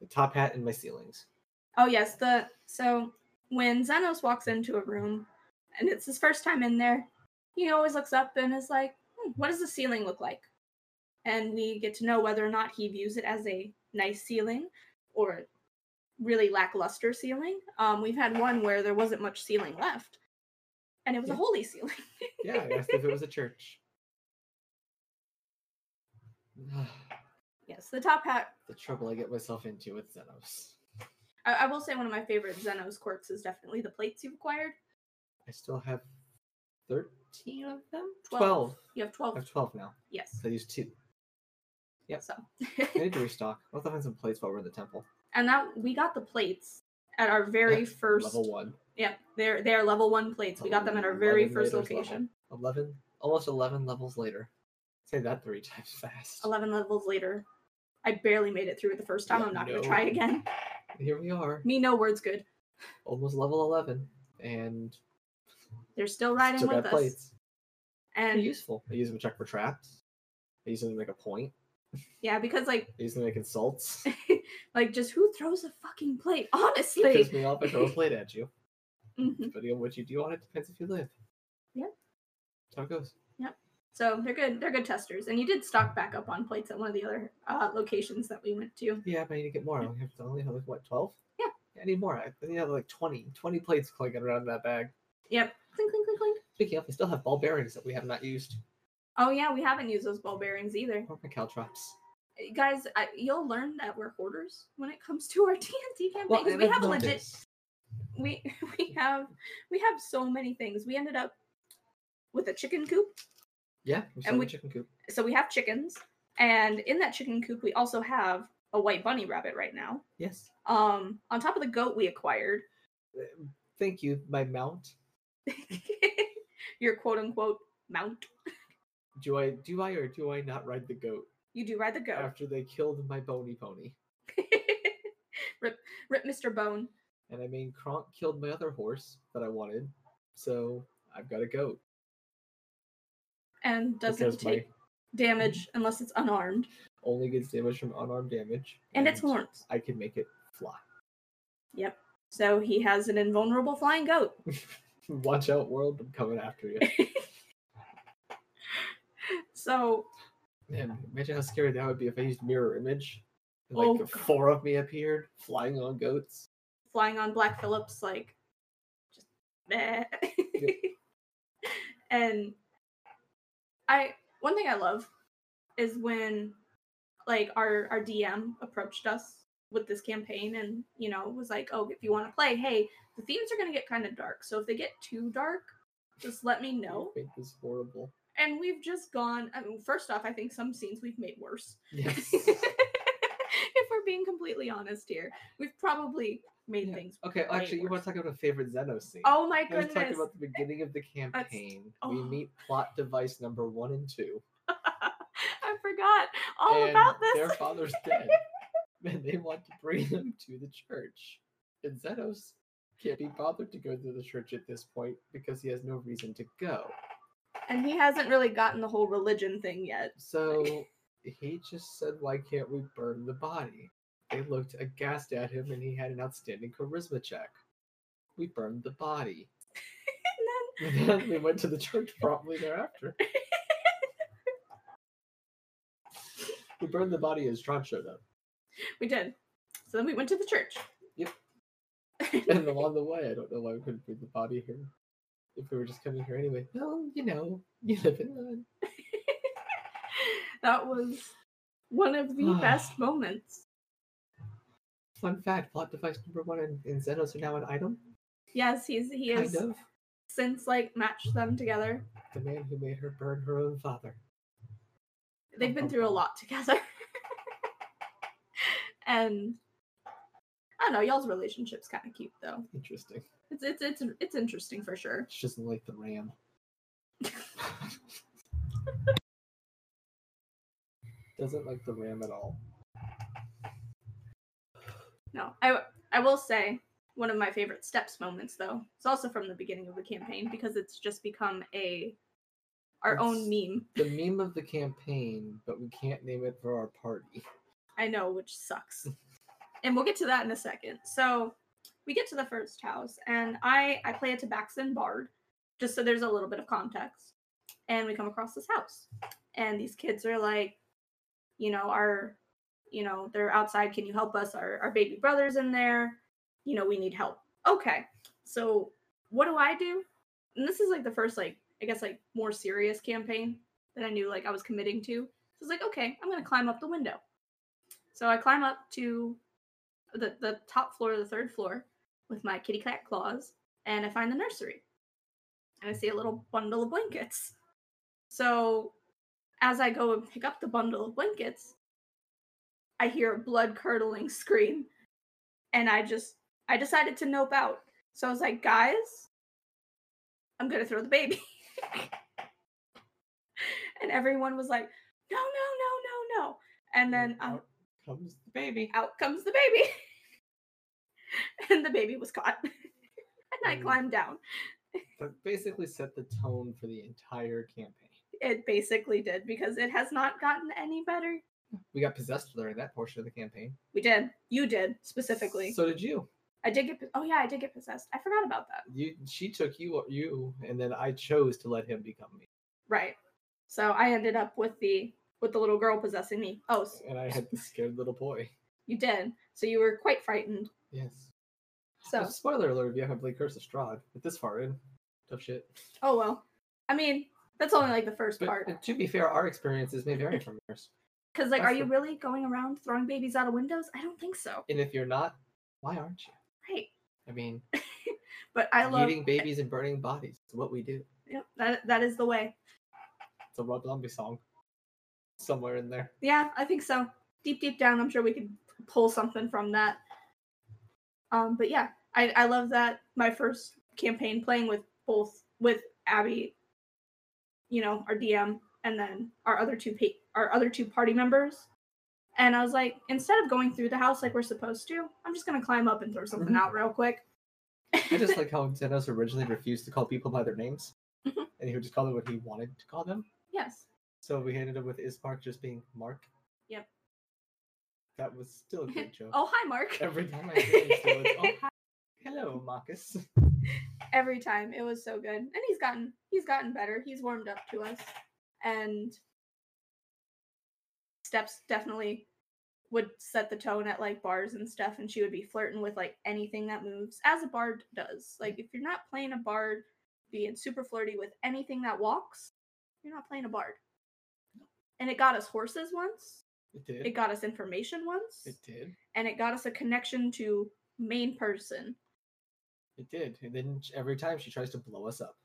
Speaker 1: the top hat and my ceilings.
Speaker 2: Oh yes, the so when Zenos walks into a room and it's his first time in there, he always looks up and is like, hmm, "What does the ceiling look like?" And we get to know whether or not he views it as a nice ceiling or really lackluster ceiling. Um, we've had one where there wasn't much ceiling left, and it was a
Speaker 1: Yeah.
Speaker 2: holy <laughs> ceiling.
Speaker 1: Yeah, I asked if it was a
Speaker 2: <laughs>
Speaker 1: church. Ah.
Speaker 2: yes, the top hat
Speaker 1: the trouble I get myself into with Xenos.
Speaker 2: I, I will say one of my favorite Zenos quirks is definitely the plates you've acquired.
Speaker 1: I still have 13
Speaker 2: 13 of them?
Speaker 1: 12.
Speaker 2: You have
Speaker 1: I
Speaker 2: 12.
Speaker 1: have 12 now.
Speaker 2: Yes.
Speaker 1: So I used two.
Speaker 2: <laughs>
Speaker 1: Yep.
Speaker 2: So.
Speaker 1: I need to restock. Let's find some plates while we're in the temple.
Speaker 2: and that we got the plates at our very first
Speaker 1: Level 1.
Speaker 2: Yeah, they're they are level 1 plates. We got them at our very
Speaker 1: Eleven
Speaker 2: first
Speaker 1: meters level.
Speaker 2: location.
Speaker 1: 11, almost 11 levels later. Say that three <laughs> times fast.
Speaker 2: 11 levels later. I barely made it through it the first time.
Speaker 1: Yeah,
Speaker 2: I'm not going
Speaker 1: no.
Speaker 2: to try again.
Speaker 1: Here we are,
Speaker 2: Me no words good.
Speaker 1: almost level 11, and
Speaker 2: They're still riding
Speaker 1: still
Speaker 2: with
Speaker 1: got
Speaker 2: us.
Speaker 1: plates. They're
Speaker 2: And
Speaker 1: useful. I use them to check for traps. I use them to make a point.
Speaker 2: yeah, because like <laughs>
Speaker 1: I use them to make insults.
Speaker 2: like just who throws a fucking plate?
Speaker 1: Piss
Speaker 2: Honestly.
Speaker 1: me off, I throw a plate at you.
Speaker 2: Mhm.
Speaker 1: Depending on what you do on it, depends if you live.
Speaker 2: Yep.
Speaker 1: That's how it goes.
Speaker 2: So they're good. They're good testers. And you did stock back up on plates at one of the other uh, locations that we went to.
Speaker 1: Yeah, but I need to get more. I only have, I only have like, what, 12?
Speaker 2: Yeah.
Speaker 1: I need more. I need to have like 20. 20 plates clinking around that bag.
Speaker 2: Yep. Clink clink clink clink.
Speaker 1: Speaking of, I still have ball bearings that we have not used.
Speaker 2: Oh yeah, we haven't used those ball bearings either.
Speaker 1: Or my caltrops.
Speaker 2: Guys, I, you'll learn that we're hoarders when it comes to our <laughs> D&D campaign. 'cause
Speaker 1: and
Speaker 2: we
Speaker 1: I've
Speaker 2: have a legit
Speaker 1: noticed-
Speaker 2: we <laughs> we have we have so many things. We ended up with a chicken coop.
Speaker 1: Yeah, we still have
Speaker 2: we-
Speaker 1: a chicken coop.
Speaker 2: So we have chickens and in that chicken coop we also have a white bunny rabbit right now.
Speaker 1: Yes.
Speaker 2: Um on top of the goat we acquired <laughs>
Speaker 1: Thank you, my mount.
Speaker 2: your quote unquote mount.
Speaker 1: Do I do I or do I not ride the goat
Speaker 2: You do ride the goat.
Speaker 1: after they killed my bony pony?
Speaker 2: <laughs> rip rip Mr. Bone.
Speaker 1: And I mean Kronk killed my other horse that I wanted, so I've got a goat.
Speaker 2: And doesn't
Speaker 1: because
Speaker 2: take damage unless it's unarmed.
Speaker 1: my only gets damage from unarmed damage.
Speaker 2: And it's horns.
Speaker 1: I can make it fly.
Speaker 2: So he has an invulnerable flying goat.
Speaker 1: Watch out, world, I'm coming after you.
Speaker 2: So
Speaker 1: Man, imagine how scary that would be if I used mirror image. and, Like
Speaker 2: Oh,
Speaker 1: the
Speaker 2: God.
Speaker 1: four of me appeared, flying on goats.
Speaker 2: flying on Black Phillips, like just meh. <laughs> and I one thing I love is when like our our DM approached us with this campaign and you know was like, oh, if you want to play, hey, the themes are gonna get kind of dark. So if they get too dark, just let me know.
Speaker 1: It was horrible.
Speaker 2: And we've just gone. I mean, first off, I think some scenes we've made worse. <laughs>
Speaker 1: Yes.
Speaker 2: if we're being completely honest here, we've probably made
Speaker 1: Yeah.
Speaker 2: things.
Speaker 1: <laughs> okay,
Speaker 2: way
Speaker 1: actually, you want
Speaker 2: worse.
Speaker 1: to talk about a favorite Zeno scene?
Speaker 2: Oh my
Speaker 1: Let's talk
Speaker 2: goodness!
Speaker 1: about the beginning of the campaign. We
Speaker 2: oh.
Speaker 1: meet plot device number one and two.
Speaker 2: I forgot all
Speaker 1: and
Speaker 2: about this.
Speaker 1: Their father's dead. and they want to bring him to the church. And Zenos can't be bothered to go to the church at this point because he has no reason to go.
Speaker 2: <laughs> And he hasn't really gotten the whole religion thing yet.
Speaker 1: So he just said, Why can't we burn the body? They looked aghast at him and he had an outstanding charisma check. We burned the body. <laughs>
Speaker 2: And
Speaker 1: And then we went to the church promptly thereafter. we burned the body as Tron showed up. <laughs>
Speaker 2: then we did. So then we went to the church.
Speaker 1: Yep. And along the way, I don't know why we couldn't bring the body here. If we were just coming here anyway. Well, you know, you live and learn.
Speaker 2: that was one of
Speaker 1: <sighs>
Speaker 2: the best moments.
Speaker 1: Fun fact plot device number one and, and Xenos are now an item.
Speaker 2: Yes, he's he is
Speaker 1: Kind of.
Speaker 2: since like matched them together.
Speaker 1: The man who made her burn her own father.
Speaker 2: They've been through a lot together. <laughs> and I don't know, y'all's relationship's kind of cute though.
Speaker 1: Interesting.
Speaker 2: It's it's it's it's interesting for sure.
Speaker 1: She doesn't like the
Speaker 2: <laughs>
Speaker 1: ram. doesn't like the ram at all.
Speaker 2: No, I w- I will say one of my favorite steps moments though. It's also from the beginning of the campaign because it's just become a our own meme.
Speaker 1: The meme of the campaign, but we can't name it for our party.
Speaker 2: I know, which sucks. and we'll get to that in a second. So we get to the first house, and I I play a Tabaxan bard, just so there's a little bit of context. And we come across this house, and these kids are like, you know, our, you know, they're outside. Can you help us? Our our baby brother's in there. You know, we need help. Okay, so what do I do? And this is like the first like I guess like more serious campaign that I knew like I was committing to. So I was like, okay, I'm gonna climb up the window. So I climb up to the, the top floor, the third floor, with my kitty cat claws, and I find the nursery. and I see a little bundle of blankets. So as I go and pick up the bundle of blankets, I hear a blood curdling <laughs> scream. And I just I decided to nope out. So I was like, guys, I'm gonna throw the baby. <laughs> and everyone was like, no, no, no, no, no. And then um, out,
Speaker 1: out comes the baby.
Speaker 2: out comes the baby. <laughs> and the baby was caught. <laughs> and I
Speaker 1: Mm.
Speaker 2: climbed down.
Speaker 1: That basically set the tone for the entire campaign.
Speaker 2: It basically did because it has not gotten any better.
Speaker 1: We got possessed during that portion of the campaign.
Speaker 2: We did. You did specifically.
Speaker 1: So did you.
Speaker 2: I did get. po- Oh yeah, I did get possessed. I forgot about that.
Speaker 1: You she took you you and then I chose to let him become me.
Speaker 2: Right. So I ended up with the with the little girl possessing me. Oh, s-
Speaker 1: And I had the scared little boy.
Speaker 2: you did. So you were quite frightened.
Speaker 1: Yes.
Speaker 2: So
Speaker 1: Spoiler alert if you haven't played Curse of Strahd, but this far in. Tough shit.
Speaker 2: oh well. I mean, that's only like the first
Speaker 1: But
Speaker 2: part.
Speaker 1: uh, to be fair, our experiences may vary from <laughs> yours.
Speaker 2: Because like,
Speaker 1: that's
Speaker 2: are you
Speaker 1: the-
Speaker 2: really going around throwing babies out of windows? I don't think so.
Speaker 1: And if you're not, why aren't you?
Speaker 2: Right.
Speaker 1: I mean,
Speaker 2: But I love
Speaker 1: eating babies and burning bodies is what we do.
Speaker 2: Yep, that that is the way.
Speaker 1: It's a Rob Zombie song somewhere in
Speaker 2: <laughs>
Speaker 1: there.
Speaker 2: Yeah, I think so. Deep, deep down, I'm sure we could pull something from that. Um, but yeah, I, I love that my first campaign playing with both with Abby, you know, our DM, and then our other two pa- our other two party members. And I was like, instead of going through the house like we're supposed to, I'm just gonna climb up and throw something
Speaker 1: Mhm.
Speaker 2: out real quick.
Speaker 1: I just like how Zenos originally refused to call people by their names,
Speaker 2: Mhm.
Speaker 1: and he would just call them what he wanted to call them.
Speaker 2: yes,
Speaker 1: So we ended up with Ismark just being Mark.
Speaker 2: Yep.
Speaker 1: That was still a
Speaker 2: <laughs>
Speaker 1: good joke.
Speaker 2: Oh, hi, Mark.
Speaker 1: Every time I hear it, still, it's,
Speaker 2: <laughs>
Speaker 1: oh, hi. hello, Marcus. <laughs>
Speaker 2: every time. It was so good. And he's gotten he's gotten better. He's warmed up to us. And Steps definitely would set the tone at like bars and stuff and she would be flirting with like anything that moves as a bard does. Like if you're not playing a bard being super flirty with anything that walks, you're not playing a bard. And it got us horses once.
Speaker 1: It did.
Speaker 2: It
Speaker 1: It,
Speaker 2: got us information once.
Speaker 1: did.
Speaker 2: And it got us a connection to main person <laughs>
Speaker 1: It did. And then sh- every time she tries to blow us up.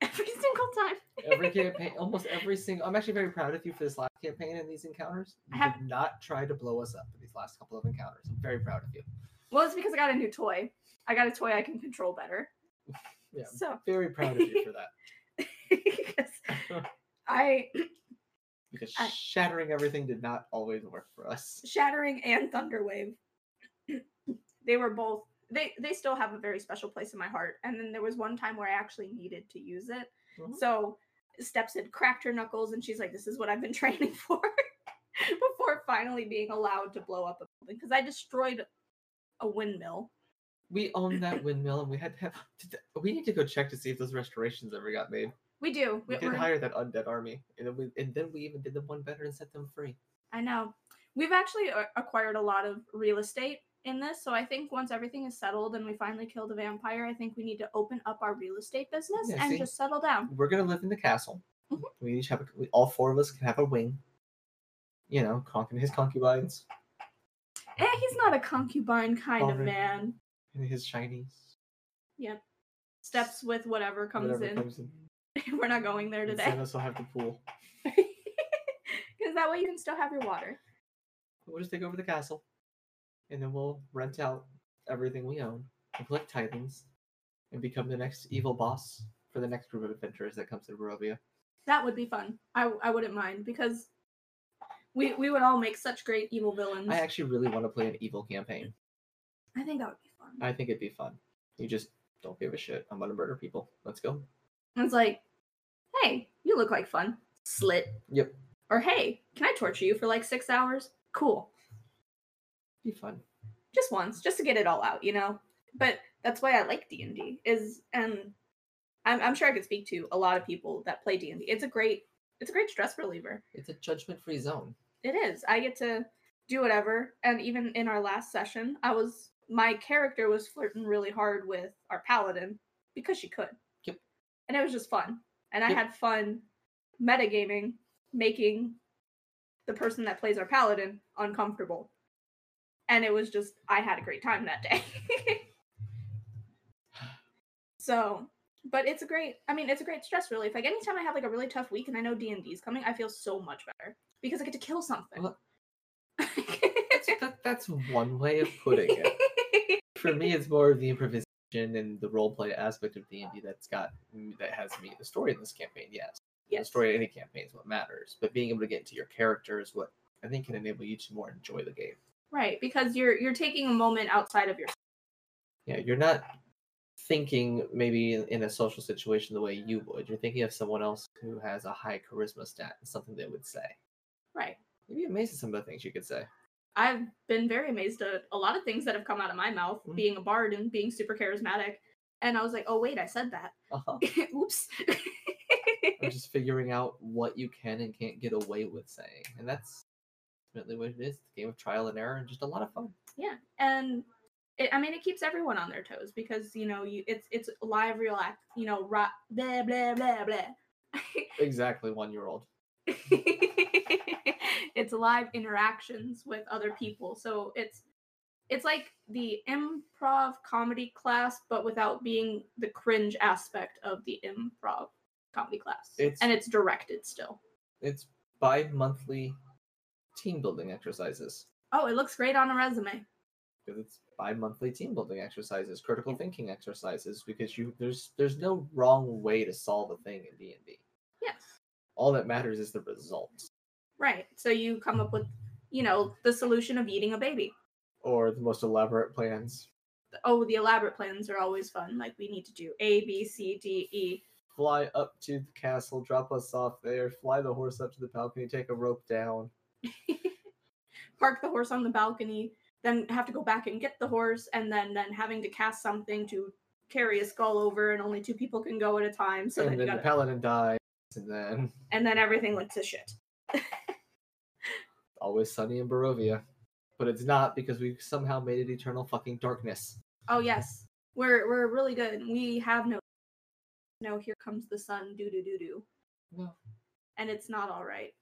Speaker 2: every single time.
Speaker 1: Every
Speaker 2: <laughs>
Speaker 1: campaign, almost every single. I'm actually very proud of you for this last campaign and these encounters.
Speaker 2: I
Speaker 1: You
Speaker 2: have-
Speaker 1: did not try to blow us up in these last couple of encounters. I'm very proud of you.
Speaker 2: Well, it's because I got a new toy. I got a toy I can control better.
Speaker 1: <laughs> Yeah.
Speaker 2: So, <laughs>
Speaker 1: Very proud of you for that.
Speaker 2: because I
Speaker 1: Because
Speaker 2: I-
Speaker 1: shattering everything did not always work for us.
Speaker 2: shattering and thunderwave, <clears throat> they were both. They they still have a very special place in my heart. And then there was one time where I actually needed to use it.
Speaker 1: Mhm.
Speaker 2: So steps had cracked her knuckles, and she's like, "This is what I've been <laughs> training for." Before finally being allowed to blow up a building because I destroyed a windmill.
Speaker 1: We own that windmill, and we had to have. Did th- we need to go check to see if those restorations ever got made.
Speaker 2: We do.
Speaker 1: We
Speaker 2: we-
Speaker 1: did
Speaker 2: we're-
Speaker 1: hire that undead army, and then we and then we even did them one better and set them free.
Speaker 2: I know. We've actually a- acquired a lot of real estate in this, so I think once everything is settled and we finally kill the vampire, I think we need to open up our real estate business
Speaker 1: Yeah,
Speaker 2: and
Speaker 1: see?
Speaker 2: just settle down.
Speaker 1: We're gonna live in the castle.
Speaker 2: Mhm.
Speaker 1: We each have a, we, all four of us can have a wing. You know, conking his concubines
Speaker 2: Eh, he's not a concubine kind of
Speaker 1: Alright.
Speaker 2: man.
Speaker 1: and his shinies.
Speaker 2: Yep. Steps with whatever comes
Speaker 1: whatever
Speaker 2: in.
Speaker 1: comes in.
Speaker 2: <laughs> We're not going there
Speaker 1: And
Speaker 2: <laughs> today.
Speaker 1: Xenos will have the pool.
Speaker 2: Because that way you can still have your water.
Speaker 1: We'll just take over the castle, and then we'll rent out everything we own and collect tithings, and become the next evil boss for the next group of adventurers that comes to Barovia.
Speaker 2: That would be fun. I, I wouldn't mind because we we would all make such great evil villains.
Speaker 1: I actually really want to play an evil campaign.
Speaker 2: I think that would be fun.
Speaker 1: I think it'd be fun. You just don't give a shit. I'm gonna murder people. Let's go.
Speaker 2: And it's like, hey, you look like fun. Slit.
Speaker 1: Yep.
Speaker 2: Or hey, can I torture you for like six hours? Cool.
Speaker 1: Be fun.
Speaker 2: Just once, just to get it all out, you know? But that's why I like D and D is and I'm I'm sure I could speak to a lot of people that play D and D. It's a great it's a great stress reliever.
Speaker 1: It's a judgment-free zone.
Speaker 2: It is. I get to do whatever. And even in our last session, I was my character was flirting really hard with our paladin because she could.
Speaker 1: Yep.
Speaker 2: And it was just fun. And I
Speaker 1: Yep.
Speaker 2: had fun metagaming, making the person that plays our paladin uncomfortable. And it was <laughs> just I had a great time that day. so But it's a great. I mean, it's a great stress relief. Like anytime I have like a really tough week and I know D and D is coming, I feel so much better because I get to kill something. <laughs>
Speaker 1: Well, <laughs> That, that's one way of putting
Speaker 2: <laughs>
Speaker 1: it. For me, it's more of the improvisation and the role play aspect of D and D that's got that has me. The story in this campaign, yes, the
Speaker 2: Yes.
Speaker 1: story in any campaign is what matters. But being able to get into your character is what I think can enable you to more enjoy the game.
Speaker 2: Right, because you're you're taking a moment outside of your
Speaker 1: Yeah, you're not thinking maybe in, in a social situation the way you would. You're thinking of someone else who has a high charisma stat and something they would say.
Speaker 2: right.
Speaker 1: You'd be amazed at some of the things you could say.
Speaker 2: I've been very amazed at a lot of things that have come out of my mouth,
Speaker 1: Mm.
Speaker 2: being a bard and being super charismatic. And I was like, oh wait, I said that. <laughs>
Speaker 1: Uh-huh.
Speaker 2: Oops. <laughs>
Speaker 1: or just figuring out what you can and can't get away with saying. And that's ultimately what it is. It's a game of trial and error and just a lot of fun.
Speaker 2: yeah, and it, I mean, it keeps everyone on their toes because you know you it's it's live, real act. You know, ra blah blah blah blah.
Speaker 1: Exactly one year old.
Speaker 2: <laughs> it's live interactions with other people so it's it's like the improv comedy class but without being the cringe aspect of the improv comedy class
Speaker 1: It's-
Speaker 2: and it's directed still
Speaker 1: It's bi monthly team building exercises.
Speaker 2: oh it looks great on a resume
Speaker 1: Because it's bi monthly team building exercises, critical thinking exercises, because you there's there's no wrong way to solve a thing in D and D.
Speaker 2: yes
Speaker 1: All that matters is the result.
Speaker 2: right so you come up with you know the solution of eating a baby
Speaker 1: Or the most elaborate plans.
Speaker 2: oh the elaborate plans are always fun like we need to do a b c d e
Speaker 1: Fly up to the castle, drop us off there, fly the horse up to the balcony, take a rope down.
Speaker 2: park the horse on the balcony, then have to go back and get the horse, and then then having to cast something to carry a skull over, and only two people can go at a time. So then
Speaker 1: and
Speaker 2: you
Speaker 1: then the
Speaker 2: gotta,
Speaker 1: paladin dies, and then
Speaker 2: and then everything went to shit.
Speaker 1: always sunny in Barovia. But it's not because we somehow made it eternal fucking darkness.
Speaker 2: Oh yes, we're we're really good. and We have no no. Here comes the sun. Doo doo doo doo.
Speaker 1: No.
Speaker 2: And it's not all right.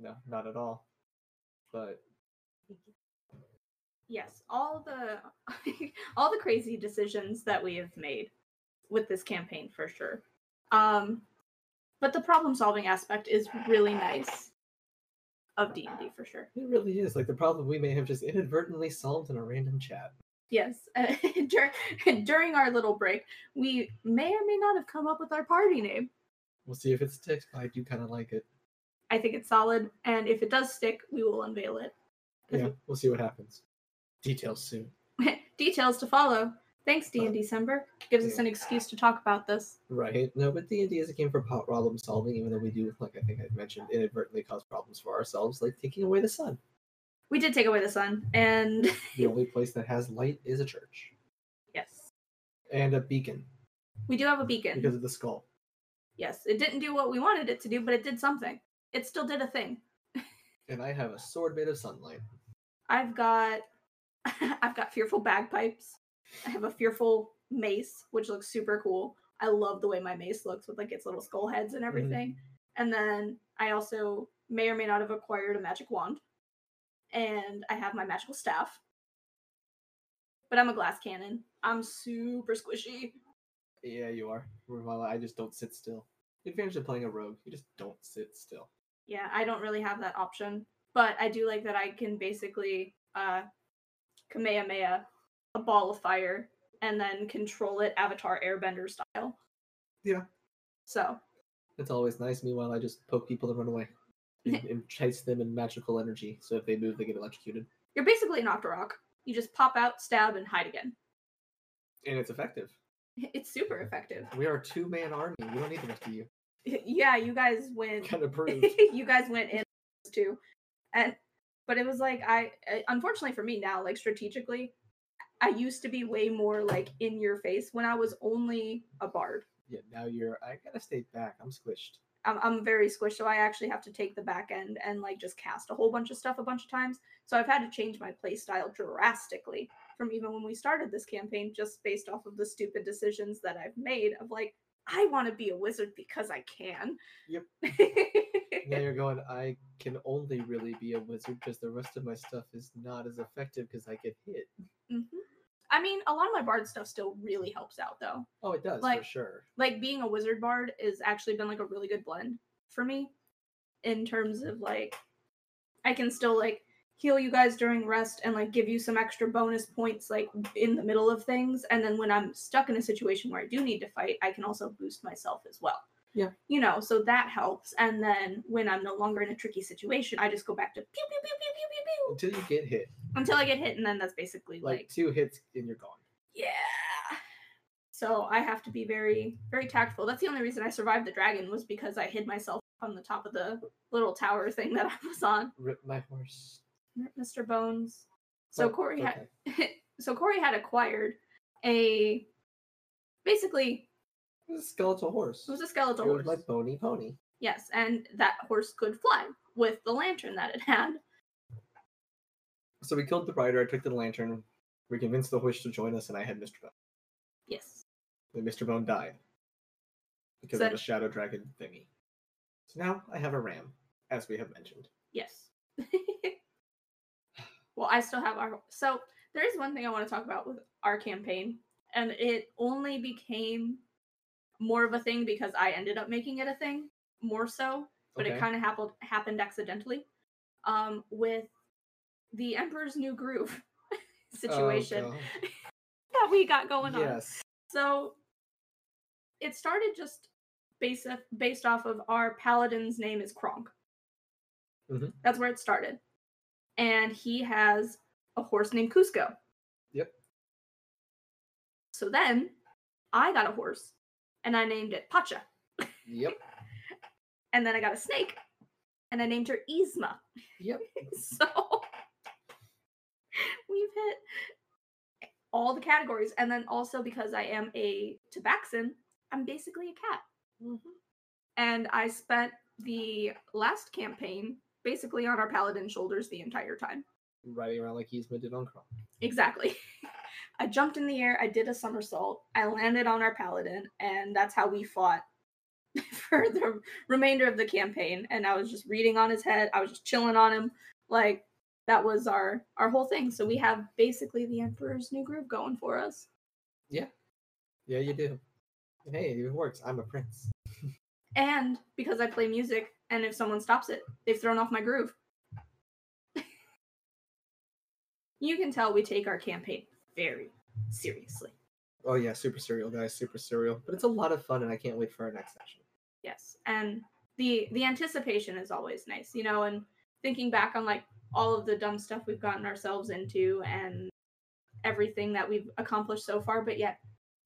Speaker 1: No, not at all. But
Speaker 2: Yes, all the <laughs> all the crazy decisions that we have made with this campaign for sure. Um but the problem solving aspect is really nice of D&D for sure.
Speaker 1: it really is like the problem we may have just inadvertently solved in a random chat.
Speaker 2: Yes, <laughs> uh, dur- during our little break, we may or may not have come up with our party name.
Speaker 1: We'll see if it sticks, but I do kind of like it.
Speaker 2: I think it's solid and if it does stick, we will unveil it.
Speaker 1: Yeah, we'll see what happens. Details soon.
Speaker 2: <laughs> Details to follow. Thanks D&D Sember. Gives us an excuse to talk about this.
Speaker 1: Right. No, but D and D is a game for po- problem solving, even though we do, like I think I mentioned, inadvertently cause problems for ourselves, like taking away the sun.
Speaker 2: We did take away the sun and <laughs>
Speaker 1: The only place that has light is a church
Speaker 2: yes.
Speaker 1: and a beacon
Speaker 2: We do have a beacon.
Speaker 1: because of the skull.
Speaker 2: Yes, it didn't do what we wanted it to do, but it did something. It still did a thing.
Speaker 1: And I have a sword made of sunlight.
Speaker 2: I've got <laughs> I've got fearful bagpipes. I have a fearful mace, which looks super cool. I love the way my mace looks with like its little skull heads and everything. And then I also may or may not have acquired a magic wand. And I have my magical staff. But I'm a glass cannon. I'm super squishy.
Speaker 1: Yeah, you are. While I just don't sit still. The advantage of playing a rogue, you just don't sit still.
Speaker 2: yeah i don't really have that option but i do like that i can basically uh kamehameha a ball of fire and then control it avatar airbender style
Speaker 1: Yeah.
Speaker 2: so
Speaker 1: It's always nice. Meanwhile, I just poke people and run away. And
Speaker 2: <laughs>
Speaker 1: and chase them in magical energy, so if they move, they get electrocuted.
Speaker 2: you're basically an octorok you just pop out stab and hide again <laughs>
Speaker 1: And it's effective.
Speaker 2: it's super effective <laughs>
Speaker 1: We are a two man army. We don't need the rest of you. <laughs>
Speaker 2: yeah you guys went <laughs>
Speaker 1: Kind of proved.
Speaker 2: you guys went in too and but it was like i uh, unfortunately for me now like strategically i used to be way more like in your face when i was only a bard
Speaker 1: yeah, now you're. I gotta stay back. I'm squished.
Speaker 2: I'm, I'm very squished, so I actually have to take the back end and like just cast a whole bunch of stuff a bunch of times. So I've had to change my play style drastically from even when we started this campaign, just based off of the stupid decisions that I've made of like, I want to be a wizard because I can. <laughs>
Speaker 1: Yep. Now you're going, I can only really be a wizard because the rest of my stuff is not as effective because I get hit.
Speaker 2: Mhm. I mean, a lot of my bard stuff still really helps out though.
Speaker 1: Oh, it does
Speaker 2: Like-
Speaker 1: for sure.
Speaker 2: Like being a wizard bard has actually been like a really good blend for me in terms of like I can still like heal you guys during rest and like give you some extra bonus points like in the middle of things and then when I'm stuck in a situation where I do need to fight, I can also boost myself as well.
Speaker 1: Yeah.
Speaker 2: You know, so that helps and then when I'm no longer in a tricky situation, I just go back to pew pew pew pew pew pew pew
Speaker 1: Until you get hit,
Speaker 2: until I get hit, and then that's basically
Speaker 1: like,
Speaker 2: like,
Speaker 1: two hits and you're gone.
Speaker 2: yeah. So I have to be very, very tactful. That's the only reason I survived the dragon was because I hid myself on the top of the little tower thing that <laughs> I was on,
Speaker 1: Rip my horse.
Speaker 2: Mr. Bones. So
Speaker 1: But it's
Speaker 2: Corey had,
Speaker 1: Oh, okay.
Speaker 2: so Corey had acquired a, basically
Speaker 1: It was a skeletal horse.
Speaker 2: it was a skeletal
Speaker 1: It was
Speaker 2: horse.
Speaker 1: my bony pony.
Speaker 2: Yes, and that horse could fly with the lantern that it had.
Speaker 1: So we killed the rider. I took the lantern. We convinced the horse to join us, and I had Mr. Bone.
Speaker 2: Yes.
Speaker 1: Then Mr. Bone died because
Speaker 2: So-
Speaker 1: of the shadow dragon thingy. So now I have a ram, as we have mentioned.
Speaker 2: Yes. <laughs> well, I still have our. So there is one thing I want to talk about with our campaign, and it only became more of a thing because I ended up making it a thing more so, but it
Speaker 1: Okay.
Speaker 2: kind of happened happened accidentally. Um, with the Emperor's New Groove <laughs>
Speaker 1: Oh,
Speaker 2: situation
Speaker 1: God.
Speaker 2: that we got <laughs> going on.
Speaker 1: yes.
Speaker 2: So it started just based based off of our paladin's name is Kronk.
Speaker 1: Mhm.
Speaker 2: That's where it started, and he has a horse named Cusco.
Speaker 1: Yep.
Speaker 2: So then, I got a horse, and I named it Pacha,
Speaker 1: Yep.
Speaker 2: and then I got a snake, and I named her Yzma.
Speaker 1: Yep.
Speaker 2: <laughs> so we've hit all the categories and then also because i am a tabaxin i'm basically a cat Mm-hmm. and i spent the last campaign basically on our paladin shoulders the entire time
Speaker 1: Riding around like Yzma did on Kronk.
Speaker 2: exactly <laughs> i jumped in the air i did a somersault i landed on our paladin and that's how we fought <laughs> for the remainder of the campaign and i was just reading on his head i was just chilling on him like that was our our whole thing so we have basically the emperor's new groove going for us
Speaker 1: Yeah, you do. And Hey, it even works. I'm a prince.
Speaker 2: and because i play music and if someone stops it they've thrown off my groove <laughs> you can tell we take our campaign very seriously
Speaker 1: Oh yeah, super serial guys, super serial. But it's a lot of fun, and I can't wait for our next session.
Speaker 2: Yes, and the the anticipation is always nice, you know. And thinking back on like all of the dumb stuff we've gotten ourselves into and everything that we've accomplished so far, but yet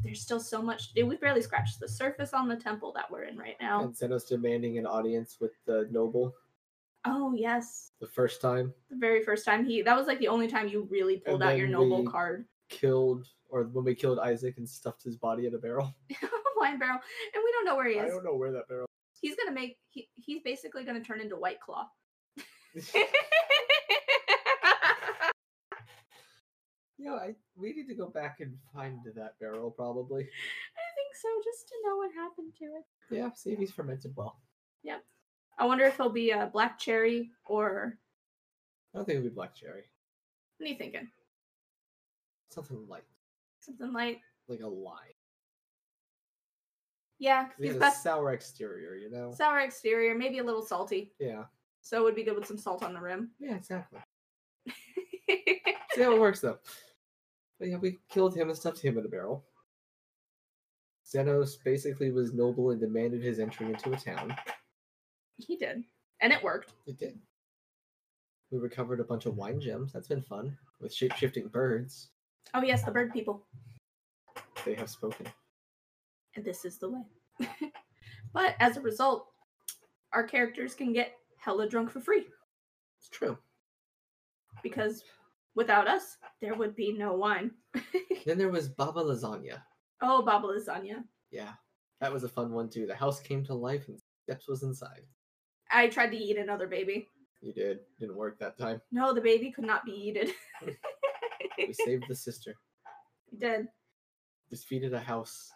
Speaker 2: there's still so much to do. We've barely scratched the surface on the temple that we're in right now.
Speaker 1: And Zeno's demanding an audience with the noble
Speaker 2: Oh yes,
Speaker 1: the first time.
Speaker 2: the very first time he that was like the only time you really pulled
Speaker 1: And
Speaker 2: out your
Speaker 1: then
Speaker 2: noble
Speaker 1: we-
Speaker 2: card <laughs>
Speaker 1: Killed, or when we killed Isaac and stuffed his body in a
Speaker 2: <laughs>
Speaker 1: barrel.
Speaker 2: wine barrel, and we don't know where he
Speaker 1: I
Speaker 2: is.
Speaker 1: don't know where that barrel.
Speaker 2: He's gonna make he, he's basically gonna turn into
Speaker 1: <laughs>
Speaker 2: White Claw. <laughs>
Speaker 1: Yeah, I, we need to go back and find that barrel probably.
Speaker 2: I think so, just to know what happened to it.
Speaker 1: Yeah, see if he's fermented well.
Speaker 2: I wonder if he'll be a black cherry or
Speaker 1: I don't think it'll be black cherry.
Speaker 2: what are you thinking?
Speaker 1: Something light,
Speaker 2: Something light.
Speaker 1: like a lime.
Speaker 2: Yeah, 'cause
Speaker 1: 'Cause He
Speaker 2: he's
Speaker 1: has a
Speaker 2: best
Speaker 1: sour exterior, you know.
Speaker 2: sour exterior, maybe a little salty.
Speaker 1: yeah,
Speaker 2: So it would be good with some salt on the rim. <laughs>
Speaker 1: yeah, exactly. See how it works though. But yeah, we killed him and stuffed him in a barrel. Xenos basically was noble and demanded his entry into a town.
Speaker 2: he did. And it worked.
Speaker 1: It did. We recovered a bunch of wine gems. That's been fun. With shape shifting birds,
Speaker 2: Oh yes, the bird people.
Speaker 1: they have spoken.
Speaker 2: And this is the way. <laughs> but as a result, our characters can get hella drunk for free.
Speaker 1: It's
Speaker 2: <laughs>
Speaker 1: true.
Speaker 2: Because without us, there would be no wine.
Speaker 1: Then there was Baba Lasagna.
Speaker 2: Oh, Baba Lasagna.
Speaker 1: Yeah, that was a fun one too. The house came to life and Steps was inside.
Speaker 2: I tried to eat another baby.
Speaker 1: You did. Didn't work that time.
Speaker 2: No, the baby could not
Speaker 1: <laughs>
Speaker 2: be eaten. <laughs>
Speaker 1: We saved the sister.
Speaker 2: It did.
Speaker 1: Defeated a house.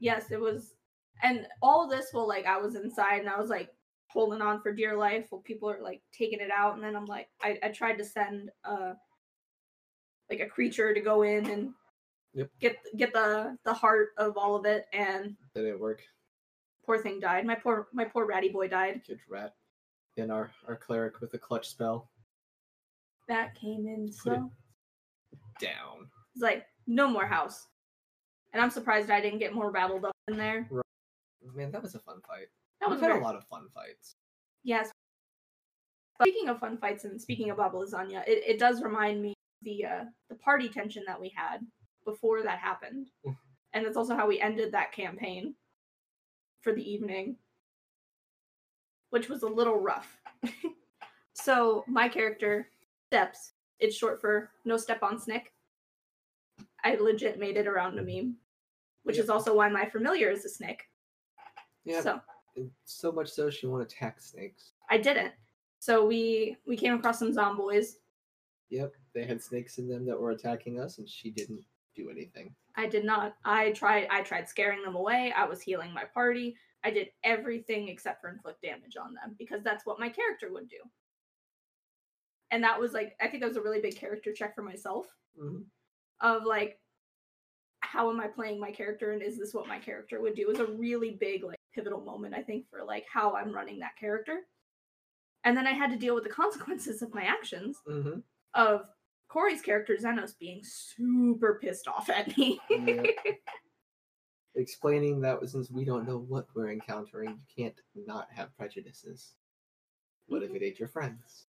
Speaker 2: Yes, it was. And all this while, like, I was inside and I was like holding on for dear life while people are like taking it out. And then I'm like, I, I tried to send uh like a creature to go in and
Speaker 1: Yep.
Speaker 2: Get get the the heart of all of it, and
Speaker 1: That didn't work.
Speaker 2: poor thing died. My poor my poor ratty boy died.
Speaker 1: Kid rat. And our, our cleric with the clutch spell.
Speaker 2: That came in
Speaker 1: Put it-
Speaker 2: so
Speaker 1: Down.
Speaker 2: it's like no more house, and I'm surprised I didn't get more rattled up in there.
Speaker 1: Man, that was a fun fight.
Speaker 2: That
Speaker 1: We've
Speaker 2: was
Speaker 1: had
Speaker 2: very-
Speaker 1: a lot of fun fights.
Speaker 2: Yes. But speaking of fun fights and speaking of Baba Lasagna, it, it does remind me of the uh, the party tension that we had before that happened.
Speaker 1: Mhm.
Speaker 2: and that's also how we ended that campaign for the evening. Which was a little rough. <laughs> so my character, Steps, it's short for no step on snick. I legit made it around a meme. Which
Speaker 1: Yep.
Speaker 2: is also why my familiar is a snake.
Speaker 1: Yeah.
Speaker 2: So
Speaker 1: and So much so she won't attack snakes.
Speaker 2: I didn't. So we we came across some zomboys.
Speaker 1: Yep. They had snakes in them that were attacking us and she didn't do anything.
Speaker 2: I did not. I tried I tried scaring them away. I was healing my party. I did everything except for inflict damage on them because that's what my character would do. And that was like I think that was a really big character check for myself
Speaker 1: Mhm.
Speaker 2: of like how am I playing my character and is this what my character would do is a really big like pivotal moment I think for like how I'm running that character. And then I had to deal with the <laughs> consequences of my actions
Speaker 1: Mhm.
Speaker 2: of Corey's character Zenos being super pissed off at me. <laughs>
Speaker 1: Yep. Explaining that since we don't know what we're encountering, you can't not have prejudices. What if it ate your friends?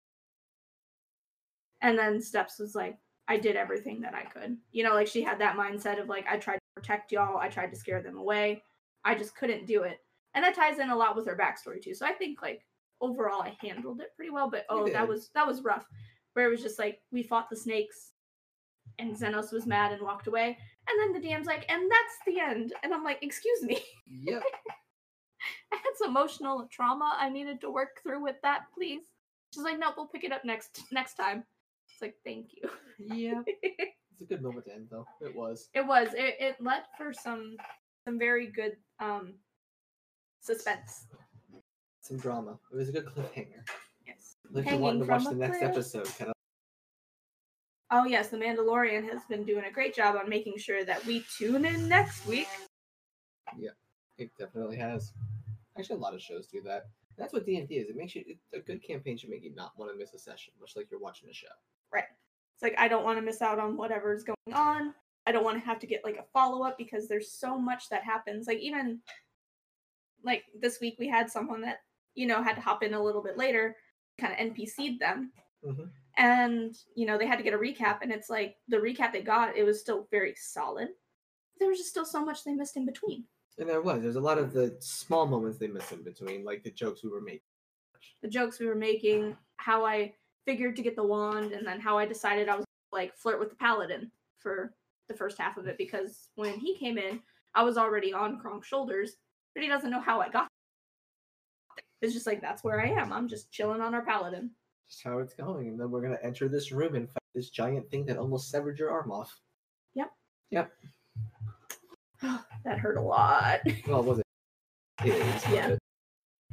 Speaker 2: and then Steps was like, I did everything that I could. You know, like she had that mindset of like, I tried to protect y'all, I tried to scare them away, I just couldn't do it. And that ties in a lot with her backstory too. So I think like overall I handled it pretty well, but
Speaker 1: You
Speaker 2: oh that
Speaker 1: did.
Speaker 2: was that was rough. Where it was just like we fought the snakes and Zenos was mad and walked away. And then the DM's like, and that's the end. And I'm like, excuse me.
Speaker 1: Yep.
Speaker 2: <laughs> I had some emotional trauma I needed to work through with that, please. She's like, no, we'll pick it up next next time. It's like, thank you.
Speaker 1: yeah. It's a good moment to end though. It was.
Speaker 2: it was. It, it led for some some very good um suspense.
Speaker 1: Some drama. It was a good cliffhanger.
Speaker 2: Yes.
Speaker 1: If you wanted
Speaker 2: Hanging
Speaker 1: to watch the
Speaker 2: from a
Speaker 1: next
Speaker 2: cliff.
Speaker 1: episode, kind of
Speaker 2: Oh yes, the Mandalorian has been doing a great job on making sure that we tune in next week.
Speaker 1: it definitely has. Actually, a lot of shows do that. That's what D and D is. It makes you it, a good campaign should make you not want to miss a session, much like you're watching a show.
Speaker 2: It's like I don't want to miss out on whatever's going on. I don't want to have to get like a follow up because there's so much that happens. Like even like this week we had someone that you know had to hop in a little bit later, kind of NPC'd them,
Speaker 1: Mhm.
Speaker 2: and you know they had to get a recap, and it's like the recap they got it was still very solid. There was just still so much they missed in between.
Speaker 1: And there was. There's a lot of the small moments they miss in between, like the jokes we were making.
Speaker 2: the jokes we were making, how I figured to get the wand, and then how I decided I was like flirt with the paladin for the first half of it because when he came in, I was already on Kronk's shoulders, but he doesn't know how I got. there. It's just like that's where I am. I'm just chilling on our paladin.
Speaker 1: Just how it's going, and then we're gonna enter this room and fight this giant thing that almost severed your arm off.
Speaker 2: That hurt a lot. <laughs>
Speaker 1: Well, was it? It is. but
Speaker 2: Yeah.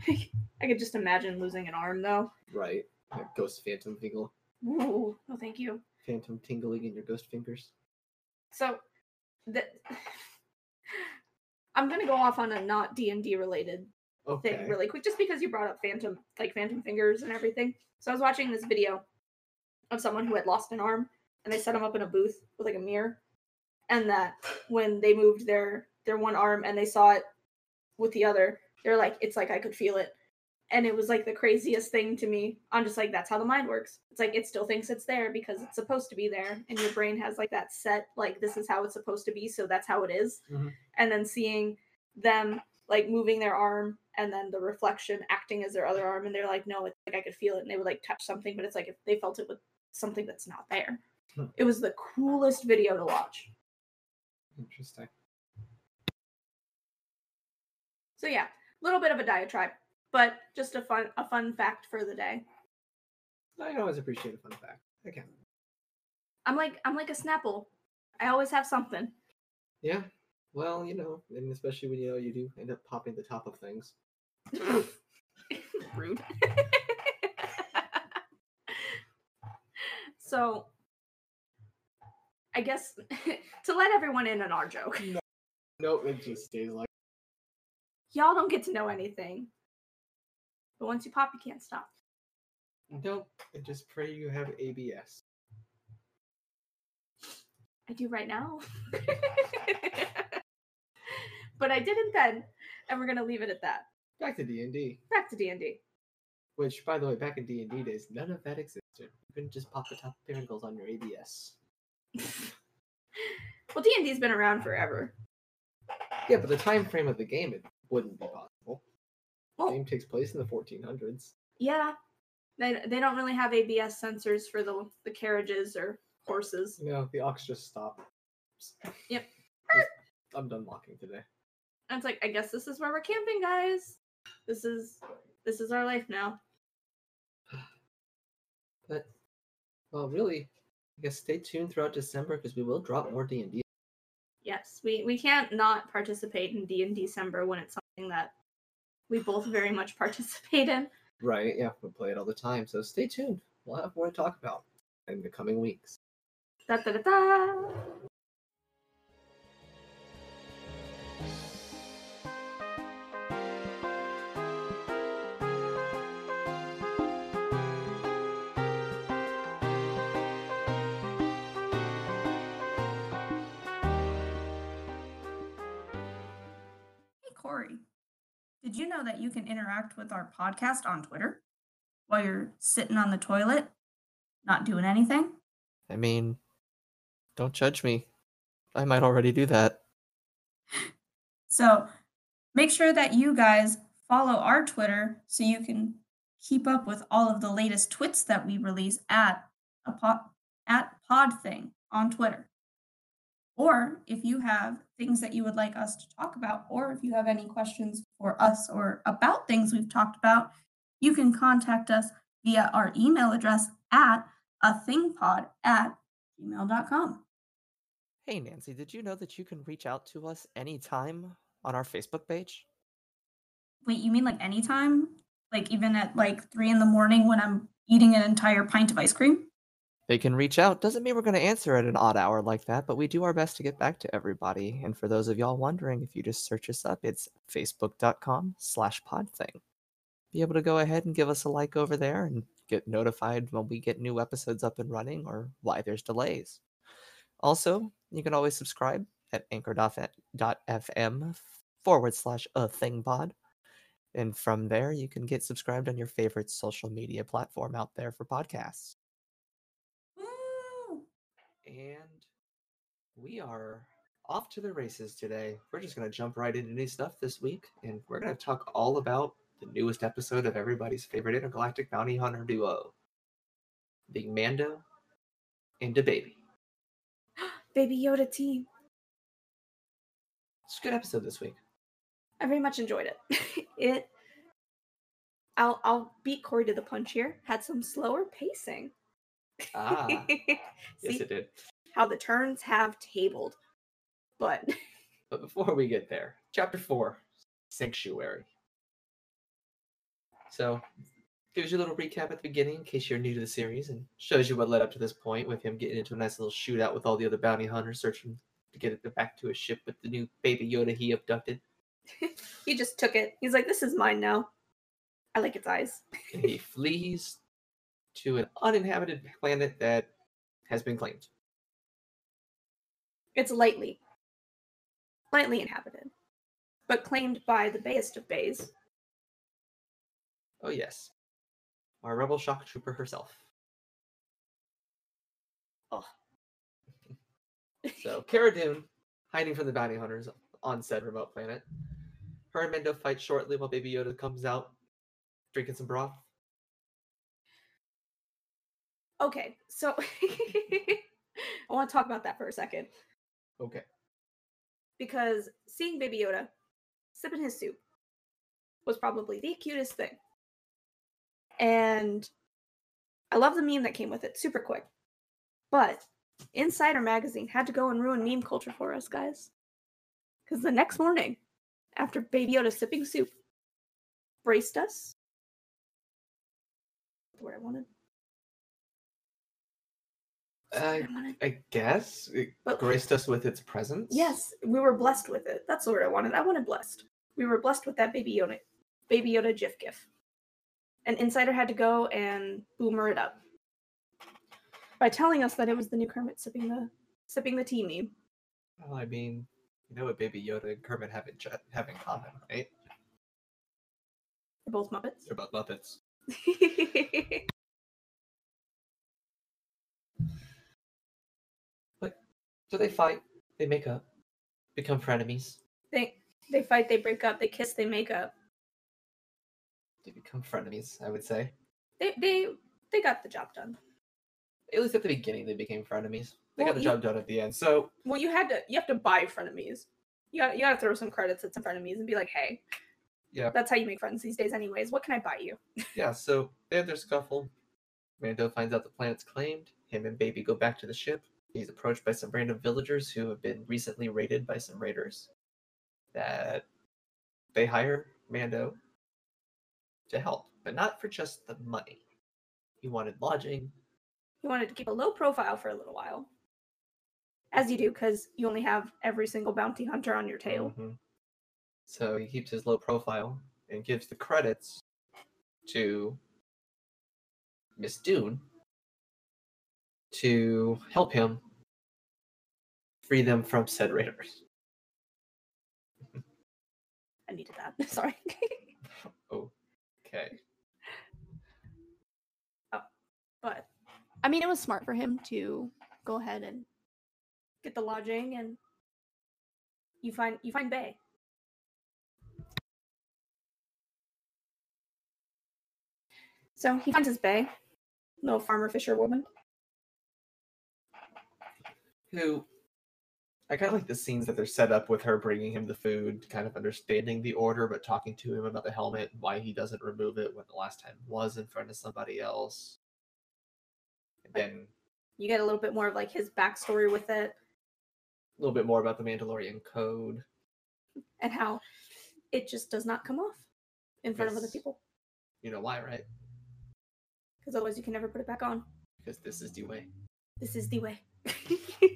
Speaker 1: it-
Speaker 2: I could just imagine losing an arm though.
Speaker 1: Right. That Ghost phantom tingle,
Speaker 2: Ooh, no, thank you.
Speaker 1: phantom tingling in your ghost fingers.
Speaker 2: So, the, <sighs> I'm gonna go off on a not D and D related
Speaker 1: Okay.
Speaker 2: thing really quick just because you brought up phantom like phantom fingers and everything so i was watching this video of someone who had lost an arm and they set him up in a booth with like a mirror and that when they moved their their one arm and they saw it with the other they're like it's like i could feel it and it was like the craziest thing to me i'm just like that's how the mind works it's like it still thinks it's there because it's supposed to be there and your brain has like that set like this is how it's supposed to be so that's how it is.
Speaker 1: Mhm.
Speaker 2: and then seeing them like moving their arm and then the reflection acting as their other arm and they're like no it's like i could feel it and they would like touch something but it's like if they felt it with something that's not there
Speaker 1: Hmm.
Speaker 2: it was the coolest video to watch
Speaker 1: Interesting.
Speaker 2: so yeah a little bit of a diatribe but just a fun a fun fact for the day
Speaker 1: I can always appreciate a fun fact. Okay.
Speaker 2: i'm like i'm like a snapple i always have something
Speaker 1: Yeah. Well, you know, and especially when you know you do end up popping the top of things.
Speaker 2: <laughs> rude so I guess <laughs> to let everyone in on our joke.
Speaker 1: No, it just stays like
Speaker 2: Y'all don't get to know anything. But once you pop, you can't stop.
Speaker 1: nope. I just pray you have ABS.
Speaker 2: I do right now. <laughs> but I didn't then, and we're gonna leave it at that.
Speaker 1: Back to D and D,
Speaker 2: Back to D and D.
Speaker 1: which, by the way, back in D and D days, none of that existed. You couldn't just pop the top parangles on your ABS.
Speaker 2: Well, D and D's been around forever.
Speaker 1: Yeah, but the time frame of the game it wouldn't be possible.
Speaker 2: Well-
Speaker 1: The game takes place in the 1400s.
Speaker 2: Yeah, they they don't really have ABS sensors for the the carriages or horses.
Speaker 1: You know, the ox just stopped.
Speaker 2: Yep.
Speaker 1: I'm done walking today.
Speaker 2: And it's like, I guess this is where we're camping, guys. This is this is our life now.
Speaker 1: But well, really, I guess stay tuned throughout December because we will drop more D and D.
Speaker 2: Yes, we we can't not participate in D and December when it's something that we both very much <laughs> participate in.
Speaker 1: Right? Yeah, we play it all the time. So stay tuned. We'll have more to talk about in the coming weeks.
Speaker 2: Da da da da.
Speaker 3: Hey, Corey, did you know that you can interact with our podcast on Twitter while you're sitting on the toilet, not doing anything?
Speaker 1: I mean, don't judge me. I might already do that.
Speaker 3: So make sure that you guys follow our Twitter so you can keep up with all of the latest twits that we release at a pod, at pod thing on Twitter. Or if you have things that you would like us to talk about, or if you have any questions for us or about things we've talked about, you can contact us via our email address at a thingpod at gmail.com.
Speaker 4: Hey, Nancy, did you know that you can reach out to us anytime on our Facebook page?
Speaker 3: Wait, you mean like anytime? Like even at like three in the morning when I'm eating an entire pint of ice cream?
Speaker 4: They can reach out. Doesn't mean we're going to answer at an odd hour like that, but we do our best to get back to everybody. And for those of y'all wondering, if you just search us up, it's facebook.com slash podthing. Be able to go ahead and give us a like over there and get notified when we get new episodes up and running or why there's delays. Also, you can always subscribe at anchor.fm forward slash a thing pod. And from there, you can get subscribed on your favorite social media platform out there for podcasts.
Speaker 3: Woo!
Speaker 1: And we are off to the races today. We're just going to jump right into new stuff this week, and we're going to talk all about the newest episode of everybody's favorite intergalactic bounty hunter duo, Big Mando and the Baby.
Speaker 2: Baby Yoda team.
Speaker 1: It's a good episode this week.
Speaker 2: I very much enjoyed it. <laughs> it I'll I'll beat Corey to the punch here. Had some slower pacing. <laughs>
Speaker 1: Ah,
Speaker 2: See
Speaker 1: yes, it did.
Speaker 2: how the turns have tabled. But <laughs>
Speaker 1: But before we get there, chapter four, sanctuary. So, gives you a little recap at the beginning in case you're new to the series, and shows you what led up to this point with him getting into a nice little shootout with all the other bounty hunters searching to get it back to his ship with the new baby Yoda he abducted.
Speaker 2: he just took it. He's like, this is mine now. I like its eyes.
Speaker 1: And he flees to an uninhabited planet that has been claimed.
Speaker 2: It's lightly. Lightly inhabited. But claimed by the bayest of bays.
Speaker 1: Oh yes, our rebel shock trooper herself. <laughs> So Cara Dune, hiding from the bounty hunters on said remote planet. Her and Mendo fight shortly while Baby Yoda comes out drinking some broth.
Speaker 2: okay, so <laughs> I want to talk about that for a second.
Speaker 1: Okay.
Speaker 2: because seeing Baby Yoda sipping his soup was probably the cutest thing. And I love the meme that came with it, super quick. But Insider Magazine had to go and ruin meme culture for us, guys. Because the next morning, after Baby Yoda sipping soup, braced us. The word I wanted.
Speaker 1: Uh,
Speaker 2: I wanted.
Speaker 1: I guess it
Speaker 2: But-
Speaker 1: graced us with its presence.
Speaker 2: Yes, we were blessed with it. That's the word I wanted. I wanted blessed. We were blessed with that baby Yoda, baby Yoda GIF GIF. An insider had to go and boomer it up by telling us that it was the new Kermit sipping the sipping the tea meme.
Speaker 1: Well, I mean, you know what Baby Yoda and Kermit have in, ch- have in common, right?
Speaker 2: They're both Muppets. <laughs>
Speaker 1: They're both Muppets. So they fight, they make up, become frenemies.
Speaker 2: they they fight, they break up, they kiss, they make up.
Speaker 1: They become frenemies, I would say.
Speaker 2: They they they got the job done.
Speaker 1: At least at the beginning, they became frenemies. They
Speaker 2: Well,
Speaker 1: got the
Speaker 2: you-
Speaker 1: job done at the end. So
Speaker 2: Well, you had to you have to buy frenemies. You got you got to throw some credits at some frenemies and be like, hey,
Speaker 1: Yeah.
Speaker 2: that's how you make friends these days, anyways. What can I buy you?
Speaker 1: yeah, so they have their scuffle. Mando finds out the planet's claimed. Him and Baby go back to the ship. He's approached by some random villagers who have been recently raided by some raiders. That they hire Mando to help, but not for just the money. He wanted lodging.
Speaker 2: You wanted to keep a low profile for a little while, as you do, because you only have every single bounty hunter on your tail.
Speaker 1: Mhm. So he keeps his low profile and gives the credits to Miss Dune to help him free them from said raiders.
Speaker 2: I needed that. <laughs> Sorry.
Speaker 1: Okay.
Speaker 2: but I mean, it was smart for him to go ahead and get the lodging, and you find you find Bay. So he finds his Bay, little farmer fisher woman.
Speaker 1: Who I kind of like the scenes that they're set up with her bringing him the food, kind of understanding the order, but talking to him about the helmet, and why he doesn't remove it when the last time was in front of somebody else. And then
Speaker 2: You get a little bit more of like his backstory with it,
Speaker 1: a little bit more about the Mandalorian code.
Speaker 2: and how it just does not come off in front of other
Speaker 1: Yes.
Speaker 2: people
Speaker 1: You know why, right?
Speaker 2: because otherwise you can never put it back on.
Speaker 1: Because this is the way.
Speaker 2: This is the way.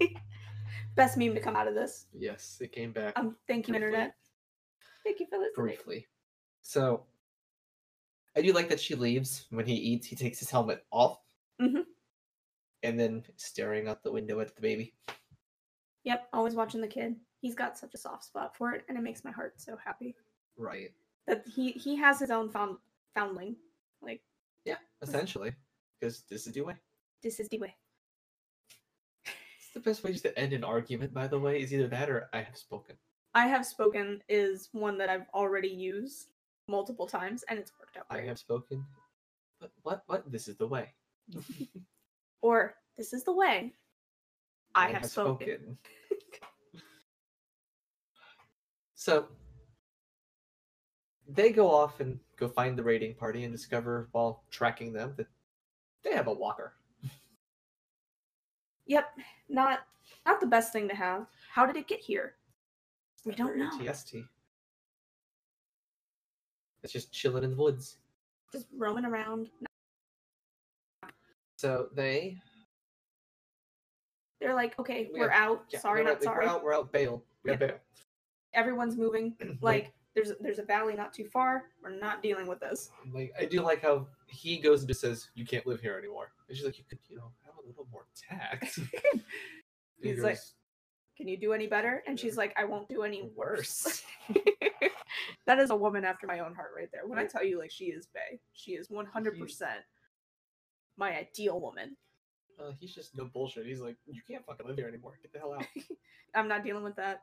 Speaker 2: <laughs> Best meme to come out of this.
Speaker 1: Yes, it came back
Speaker 2: Um, thank you,
Speaker 1: Briefly.
Speaker 2: internet. Thank you for listening.
Speaker 1: briefly. So I do like that she leaves. When he eats, he takes his helmet off.
Speaker 2: Mhm.
Speaker 1: And then staring out the window at the baby.
Speaker 2: Yep, always watching the kid. He's got such a soft spot for it, and it makes my heart so happy
Speaker 1: Right.
Speaker 2: that he he has his own found foundling. Like
Speaker 1: Essentially. Because this is the way.
Speaker 2: this is the way.
Speaker 1: It's the best way just to end an argument, by the way, is either that or I have spoken.
Speaker 2: I have spoken is one that I've already used multiple times, and it's worked out.
Speaker 1: I
Speaker 2: great.
Speaker 1: have spoken. But what what? This is the way.
Speaker 2: Or this is the way. I, have, spoken.
Speaker 1: <laughs> so they go off and go find the raiding party and discover while tracking them that they have a walker.
Speaker 2: Yep, not not the best thing to have. How did it get here? We
Speaker 1: Not
Speaker 2: don't
Speaker 1: very
Speaker 2: know.
Speaker 1: TST. It's just chilling in the woods.
Speaker 2: Just roaming around.
Speaker 1: So they
Speaker 2: They're like, okay,
Speaker 1: We
Speaker 2: we're
Speaker 1: have-
Speaker 2: out.
Speaker 1: yeah,
Speaker 2: sorry,
Speaker 1: we're
Speaker 2: not
Speaker 1: out-
Speaker 2: sorry.
Speaker 1: We're out. We're out. Bailed. We got bailed.
Speaker 2: Everyone's moving.
Speaker 1: <clears throat>
Speaker 2: Like there's there's a valley not too far. We're not dealing with this.
Speaker 1: Like I do like how he goes and just says, "You can't live here anymore." And she's like, "You could, you know, have a little more
Speaker 2: <laughs>
Speaker 1: tact." And he
Speaker 2: He's like,
Speaker 1: goes,
Speaker 2: Can you do any better? And she's
Speaker 1: Better.
Speaker 2: like, I won't do any worse.
Speaker 1: Worse.
Speaker 2: <laughs> that is a woman after my own heart right there. When I tell you like she is Bay, she is 100% my ideal woman.
Speaker 1: uh, "He's just no bullshit." He's like, "You can't fucking live here anymore. Get the hell
Speaker 2: <laughs>
Speaker 1: out."
Speaker 2: I'm not dealing with that.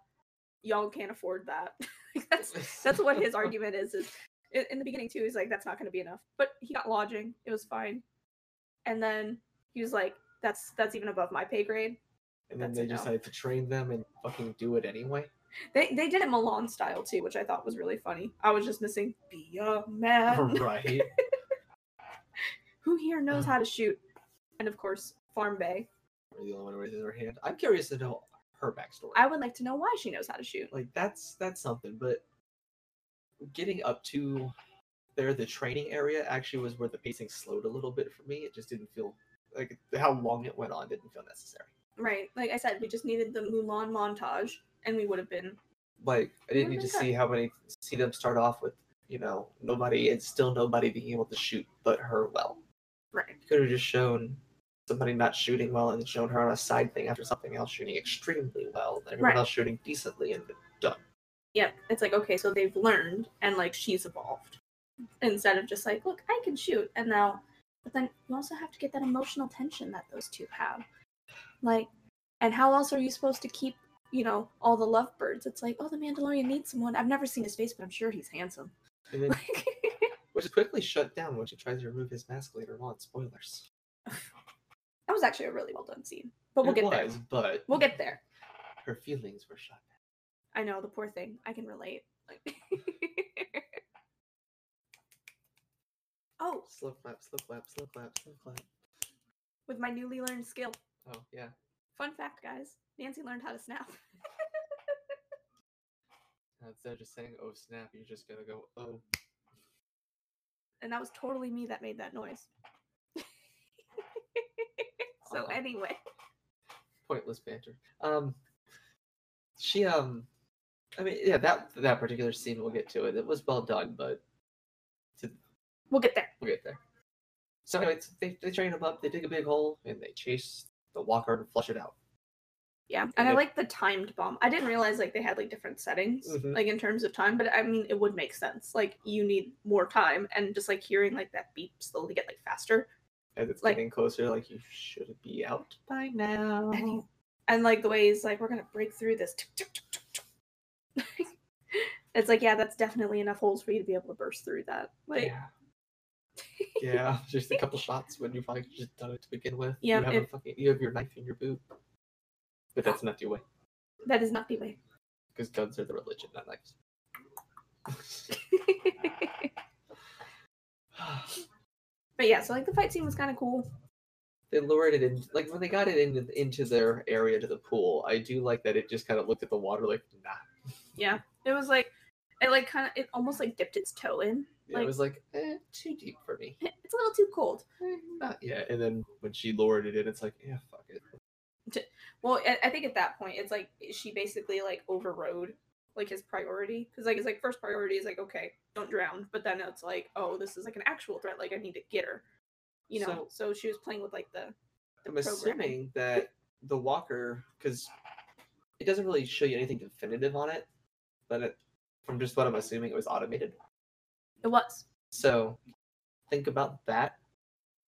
Speaker 2: Y'all can't afford that. <laughs> Like, that's that's what his argument is is in, in the beginning too he's like that's not going to be enough but he got lodging it was fine and then he was like that's that's even above my pay grade
Speaker 1: And then
Speaker 2: That's
Speaker 1: they
Speaker 2: a no.
Speaker 1: decided to train them and fucking do it anyway.
Speaker 2: <laughs> they they did it milan style too which i thought was really funny i was just missing be a
Speaker 1: <laughs>
Speaker 2: man <laughs>
Speaker 1: right.
Speaker 2: who here knows how to shoot and of course farm bay
Speaker 1: We're the only one who raises her hand. I'm curious to know her backstory.
Speaker 2: i would like to know why she knows how to shoot
Speaker 1: like that's that's something, but getting up to there the training area actually was where the pacing slowed a little bit for me. It just didn't feel like how long it went on didn't feel necessary.
Speaker 2: Right. Like I said, we just needed the Mulan montage and we would have been
Speaker 1: Like I didn't need to
Speaker 2: Would've been
Speaker 1: see how many see them start off with you know nobody and still nobody being able to shoot but her well.
Speaker 2: right.
Speaker 1: Could have just shown somebody not shooting well and shown her on a side thing after something else shooting extremely well, and everyone
Speaker 2: Right.
Speaker 1: else shooting decently and done.
Speaker 2: Yep. It's like, okay, so they've learned and like she's evolved. Instead of just like, look, I can shoot and now but then you also have to get that emotional tension that those two have. Like and how else are you supposed to keep, you know, all the lovebirds? It's like, oh the Mandalorian needs someone. I've never seen his face, but I'm sure he's handsome. <laughs>
Speaker 1: And then,
Speaker 2: Like
Speaker 1: which is quickly shut down when she tries to remove his mask later on. Spoilers.
Speaker 2: that was actually a really well done scene. But we'll
Speaker 1: It
Speaker 2: get
Speaker 1: was,
Speaker 2: there.
Speaker 1: But
Speaker 2: We'll get there.
Speaker 1: her feelings were shut down.
Speaker 2: I know the poor thing. I can relate. <laughs> Like Oh,
Speaker 1: Slow clap, slow clap, slow clap, slow clap.
Speaker 2: with my newly learned skill.
Speaker 1: Oh yeah.
Speaker 2: Fun fact, guys. Nancy learned how to snap.
Speaker 1: Now, Instead of just saying "oh snap," you're just gonna go "oh."
Speaker 2: and that was totally me that made that noise. <laughs> so
Speaker 1: Aw.
Speaker 2: anyway,
Speaker 1: Pointless banter. Um, she um, I mean yeah, that that particular scene we'll get to it. It was well done, but
Speaker 2: we'll get there.
Speaker 1: we'll get there. So anyway, it's- they they train him up. They dig a big hole and they chase the walker and flush it out.
Speaker 2: Yeah, and I
Speaker 1: Okay.
Speaker 2: like the timed bomb. I didn't realize like they had like different settings,
Speaker 1: Mhm.
Speaker 2: like in terms of time. But I mean, it would make sense. Like you need more time, and just like hearing like that beep slowly get like faster,
Speaker 1: As it's
Speaker 2: Like-
Speaker 1: getting closer, like you should be out by now.
Speaker 2: and, he- and like the way he's like, we're gonna break through this. tuk, tuk, tuk, tuk, tuk." <laughs> it's like, yeah, that's definitely enough holes for you to be able to burst through that. Like,
Speaker 1: yeah. <laughs>
Speaker 2: <laughs>
Speaker 1: yeah, just a couple shots when you've like just done it to begin with.
Speaker 2: Yeah,
Speaker 1: you have a
Speaker 2: it-
Speaker 1: fucking you have your knife in your boot, but that's not the way
Speaker 2: that is not the way.
Speaker 1: because guns are the religion, not
Speaker 2: <laughs> <sighs>
Speaker 1: knives. <laughs> <sighs>
Speaker 2: but yeah, so like the fight scene was kind of cool.
Speaker 1: they lured it in, like when they got it in, into their area to the pool. I do like that it just kind of looked at the water like nah.
Speaker 2: Yeah, it was like it like kind of it almost like dipped its toe in. <laughs>
Speaker 1: it
Speaker 2: Like-
Speaker 1: was like eh, too deep for me.
Speaker 2: It's a little too cold.
Speaker 1: Eh, Not yet. And then when she lured it in, it's like yeah, fuck it.
Speaker 2: Well, I, I think at that point it's like she basically like overrode like his priority because like his like first priority is like okay, don't drown. But then it's like oh, this is like an actual threat. Like I need to get her. You
Speaker 1: So-
Speaker 2: know, so, she was playing with like the the
Speaker 1: I'm
Speaker 2: programming.
Speaker 1: assuming that the walker, because it doesn't really show you anything definitive on it, but it, from just what I'm assuming, it was automated.
Speaker 2: It was
Speaker 1: So think about that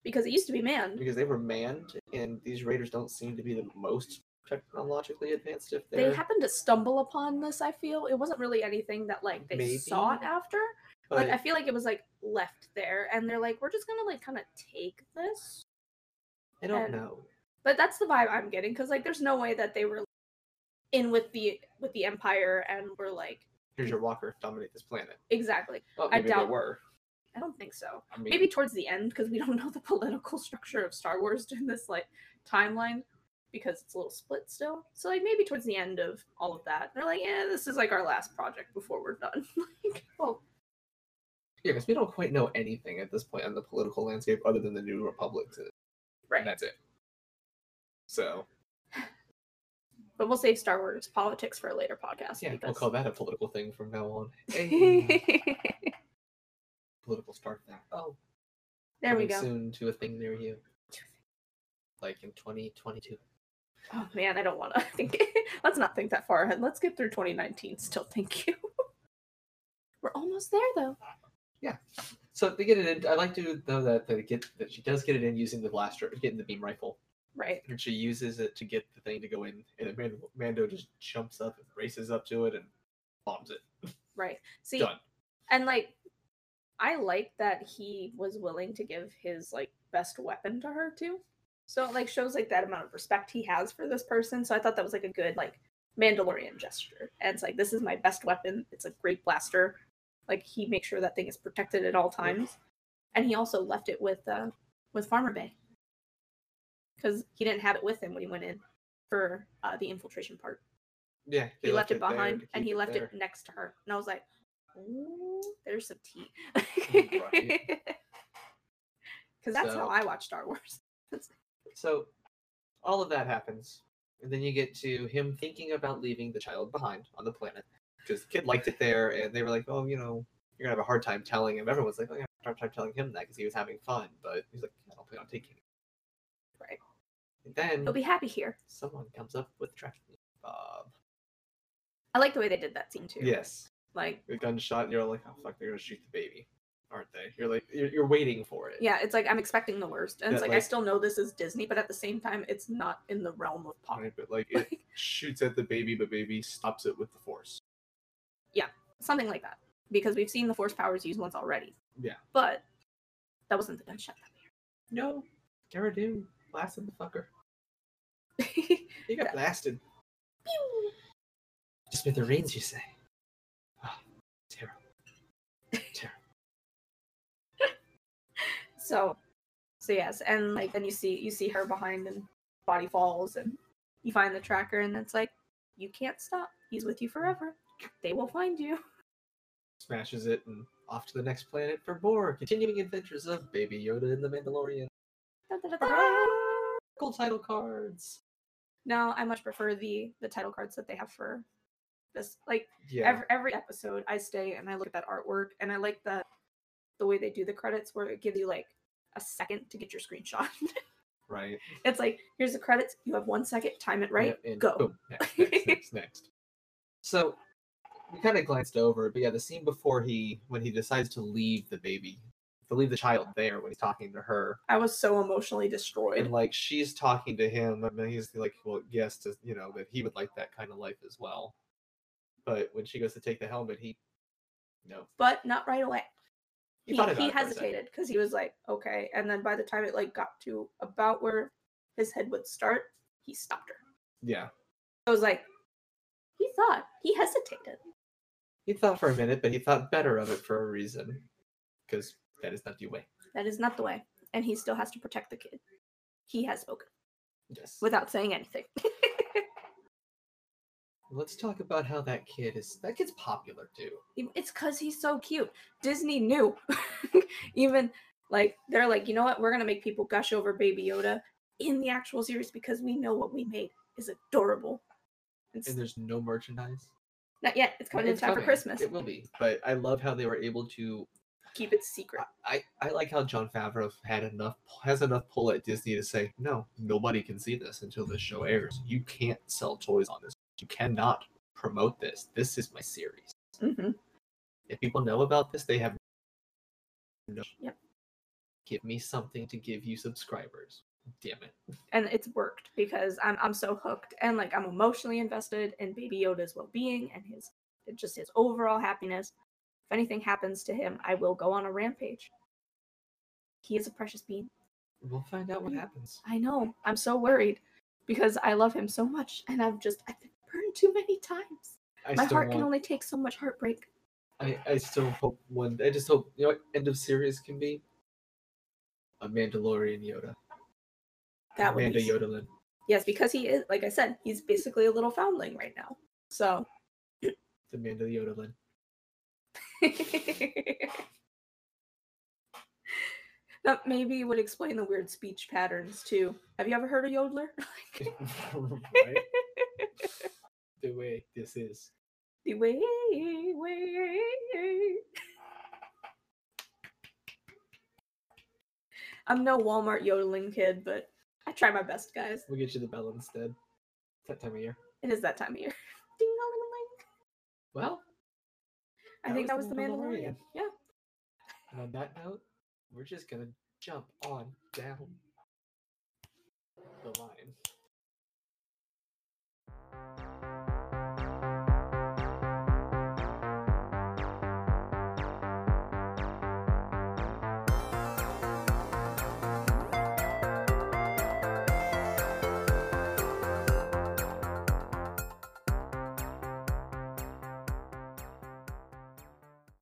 Speaker 2: because it used to be manned.
Speaker 1: because they were manned, and these raiders don't seem to be the most technologically advanced. If they're,
Speaker 2: They happened to stumble upon this. I feel it wasn't really anything that like they
Speaker 1: Maybe.
Speaker 2: sought after.
Speaker 1: but
Speaker 2: like I feel like it was like left there, and they're like, we're just gonna like kind of take this.
Speaker 1: I don't
Speaker 2: and-
Speaker 1: know.
Speaker 2: But that's the vibe I'm getting because like there's no way that they were in with the with the empire and were like
Speaker 1: Here's your walker dominate this planet.
Speaker 2: exactly.
Speaker 1: Well,
Speaker 2: I
Speaker 1: maybe
Speaker 2: doubt-
Speaker 1: they were.
Speaker 2: I don't think so.
Speaker 1: I mean,
Speaker 2: Maybe towards the end because we <laughs> don't know the political structure of Star Wars <laughs> during this like timeline because it's a little split still. So like maybe towards the end of all of that, they're like, yeah, this is like our last project before we're done. <laughs> like, well,
Speaker 1: yeah, because we don't quite know anything at this point on the political landscape other than the New Republic, and
Speaker 2: right.
Speaker 1: that's it. So
Speaker 2: But we'll save Star Wars politics for a later podcast.
Speaker 1: yeah, we'll
Speaker 2: because- <laughs>
Speaker 1: call that a political thing from now on. Hey. <laughs> political star thing. Oh,
Speaker 2: there we
Speaker 1: coming
Speaker 2: go.
Speaker 1: Soon to a thing near you, like in 2022.
Speaker 2: Oh man, I don't <laughs> want to think. Let's not think that far ahead. Let's get through 2019 still. Thank you. <laughs> We're almost there though.
Speaker 1: So they get it in. I like to know that they get that she does get it in using the blaster, getting the beam rifle,
Speaker 2: Right.
Speaker 1: and she uses it to get the thing to go in, and then Mando, Mando just jumps up and races up to it and bombs it.
Speaker 2: Right. See,
Speaker 1: Done.
Speaker 2: and like I like that he was willing to give his like best weapon to her too. So it like shows like that amount of respect he has for this person. So I thought that was like a good like Mandalorian gesture. And it's like this is my best weapon. It's a great blaster. Like he makes sure that thing is protected at all times. And he also left it with uh with Farmer Bay. Cuz he didn't have it with him when he went in for uh, the infiltration part
Speaker 1: Yeah,
Speaker 2: he left, it
Speaker 1: there to
Speaker 2: behind and
Speaker 1: keep
Speaker 2: he left
Speaker 1: there.
Speaker 2: it next to her and i was like Ooh, there's some tea
Speaker 1: Right.
Speaker 2: <laughs> because that's
Speaker 1: So- <laughs>
Speaker 2: how i watch star wars
Speaker 1: So all of that happens. And then you get to him thinking about leaving the child behind on the planet. Because the kid liked it there and they were like, Oh, you know, you're gonna have a hard time telling him. Everyone's like, Oh, you're gonna have a hard time telling him that because he was having fun, but he's like, I don't plan on taking it.
Speaker 2: Right.
Speaker 1: And then
Speaker 2: He'll be happy here.
Speaker 1: someone comes up with tracking Bob.
Speaker 2: I like the way they did that scene too.
Speaker 1: Yes.
Speaker 2: Like,
Speaker 1: The gunshot, and you're like, Oh fuck, they're gonna shoot the baby, aren't they? You're like you're, you're waiting for it.
Speaker 2: yeah, it's like I'm expecting the worst, and it's
Speaker 1: That,
Speaker 2: like, I
Speaker 1: like-
Speaker 2: still know this is Disney, but at the same time, it's not in the realm of pop.
Speaker 1: Fine, But like
Speaker 2: <laughs>
Speaker 1: it
Speaker 2: Like,
Speaker 1: shoots at the baby, but baby stops it with the force.
Speaker 2: something like that, because we've seen the force powers used once already.
Speaker 1: Yeah.
Speaker 2: But that wasn't the gunshot.
Speaker 1: No, Cara Dune blasted the fucker.
Speaker 2: <laughs> Pew!
Speaker 1: You got blasted. Just with the rains, you say. Ah, terrible. Terrible.
Speaker 2: so, so yes, and like then you see you see her behind and body falls, and you find the tracker, and it's like you can't stop. He's with you forever. They will find you. <laughs>
Speaker 1: Smashes it and off to the next planet for more continuing adventures of Baby Yoda and the Mandalorian.
Speaker 2: Da, da, da,
Speaker 1: Ah.
Speaker 2: da.
Speaker 1: Cool title cards.
Speaker 2: No, I much prefer the the title cards that they have for this. Like
Speaker 1: Yeah.
Speaker 2: every every episode, I stay and I look at that artwork, and I like the the way they do the credits, where it gives you like a second to get your screenshot. <laughs>
Speaker 1: right.
Speaker 2: it's like here's the credits. You have one second. Time it right.
Speaker 1: Yep, and
Speaker 2: go. <laughs>
Speaker 1: Boom. Next, next, next, next. So we kind of glanced over, it, but yeah, the scene before he, when he decides to leave the baby, to leave the child there when he's talking to her,
Speaker 2: I was so emotionally destroyed.
Speaker 1: and like she's talking to him and then he's like well yes to you know that he would like that kind of life as well but when she goes to take the helmet he no
Speaker 2: but not right away.
Speaker 1: he,
Speaker 2: He,
Speaker 1: thought about
Speaker 2: he
Speaker 1: it for a second.
Speaker 2: hesitated because he was like, okay. And then by the time it like got to about where his head would start, he stopped her.
Speaker 1: yeah
Speaker 2: I was like, he thought he hesitated.
Speaker 1: he thought for a minute but he thought better of it for a reason because that is not the way
Speaker 2: That is not the way. And he still has to protect the kid. He has spoken
Speaker 1: yes
Speaker 2: without saying anything. <laughs>
Speaker 1: let's talk about how that kid is that kid's popular too
Speaker 2: it's because he's so cute. Disney knew. <laughs> Even like, they're like, you know what? We're going to make people gush over Baby Yoda in the actual series because we know what we made is adorable. It's
Speaker 1: and there's no merchandise
Speaker 2: not yet. It's coming in
Speaker 1: It's
Speaker 2: time
Speaker 1: coming.
Speaker 2: for Christmas.
Speaker 1: it will be but i love how they were able to
Speaker 2: Keep it secret.
Speaker 1: I, I like how John Favreau had enough has enough pull at Disney to say no, nobody can see this until this show airs. You can't sell toys on this. You cannot promote this. This is my series.
Speaker 2: hmm
Speaker 1: If people know about this, they have no.
Speaker 2: Yep.
Speaker 1: Give me something to give you subscribers. Damn it.
Speaker 2: And it's worked because I'm I'm so hooked and like I'm emotionally invested in Baby Yoda's well-being and his just his overall happiness. If anything happens to him, I will go on a rampage. He is a precious being.
Speaker 1: We'll find out what
Speaker 2: Mm.
Speaker 1: happens.
Speaker 2: I know. I'm so worried because I love him so much and I've just I've been burned too many times.
Speaker 1: I
Speaker 2: My
Speaker 1: still
Speaker 2: heart can
Speaker 1: want-
Speaker 2: only take so much heartbreak.
Speaker 1: I, I still hope one. I just hope you know what end of series can be a Mandalorian Yoda.
Speaker 2: That would
Speaker 1: Manda
Speaker 2: be
Speaker 1: Yodelin.
Speaker 2: Yes, because he is like I said, he's basically a little foundling right now. So
Speaker 1: The Manda
Speaker 2: <laughs>
Speaker 1: Yodelin. <laughs>
Speaker 2: that <laughs> maybe would explain the weird speech patterns too. Have you ever heard a yodeler?
Speaker 1: right? the way this is.
Speaker 2: <laughs> the way, way. I'm no Walmart yodeling kid, but I try my best, guys.
Speaker 1: We'll get you the bell instead. It's that time of year.
Speaker 2: It is that time of year. <laughs> Ding-a-ling-a-ling.
Speaker 1: Well,
Speaker 2: I
Speaker 1: That
Speaker 2: think
Speaker 1: was
Speaker 2: that
Speaker 1: the
Speaker 2: was the
Speaker 1: Mandalorian.
Speaker 2: Mandalorian. Yeah.
Speaker 1: and on that note, we're just gonna jump on down the line.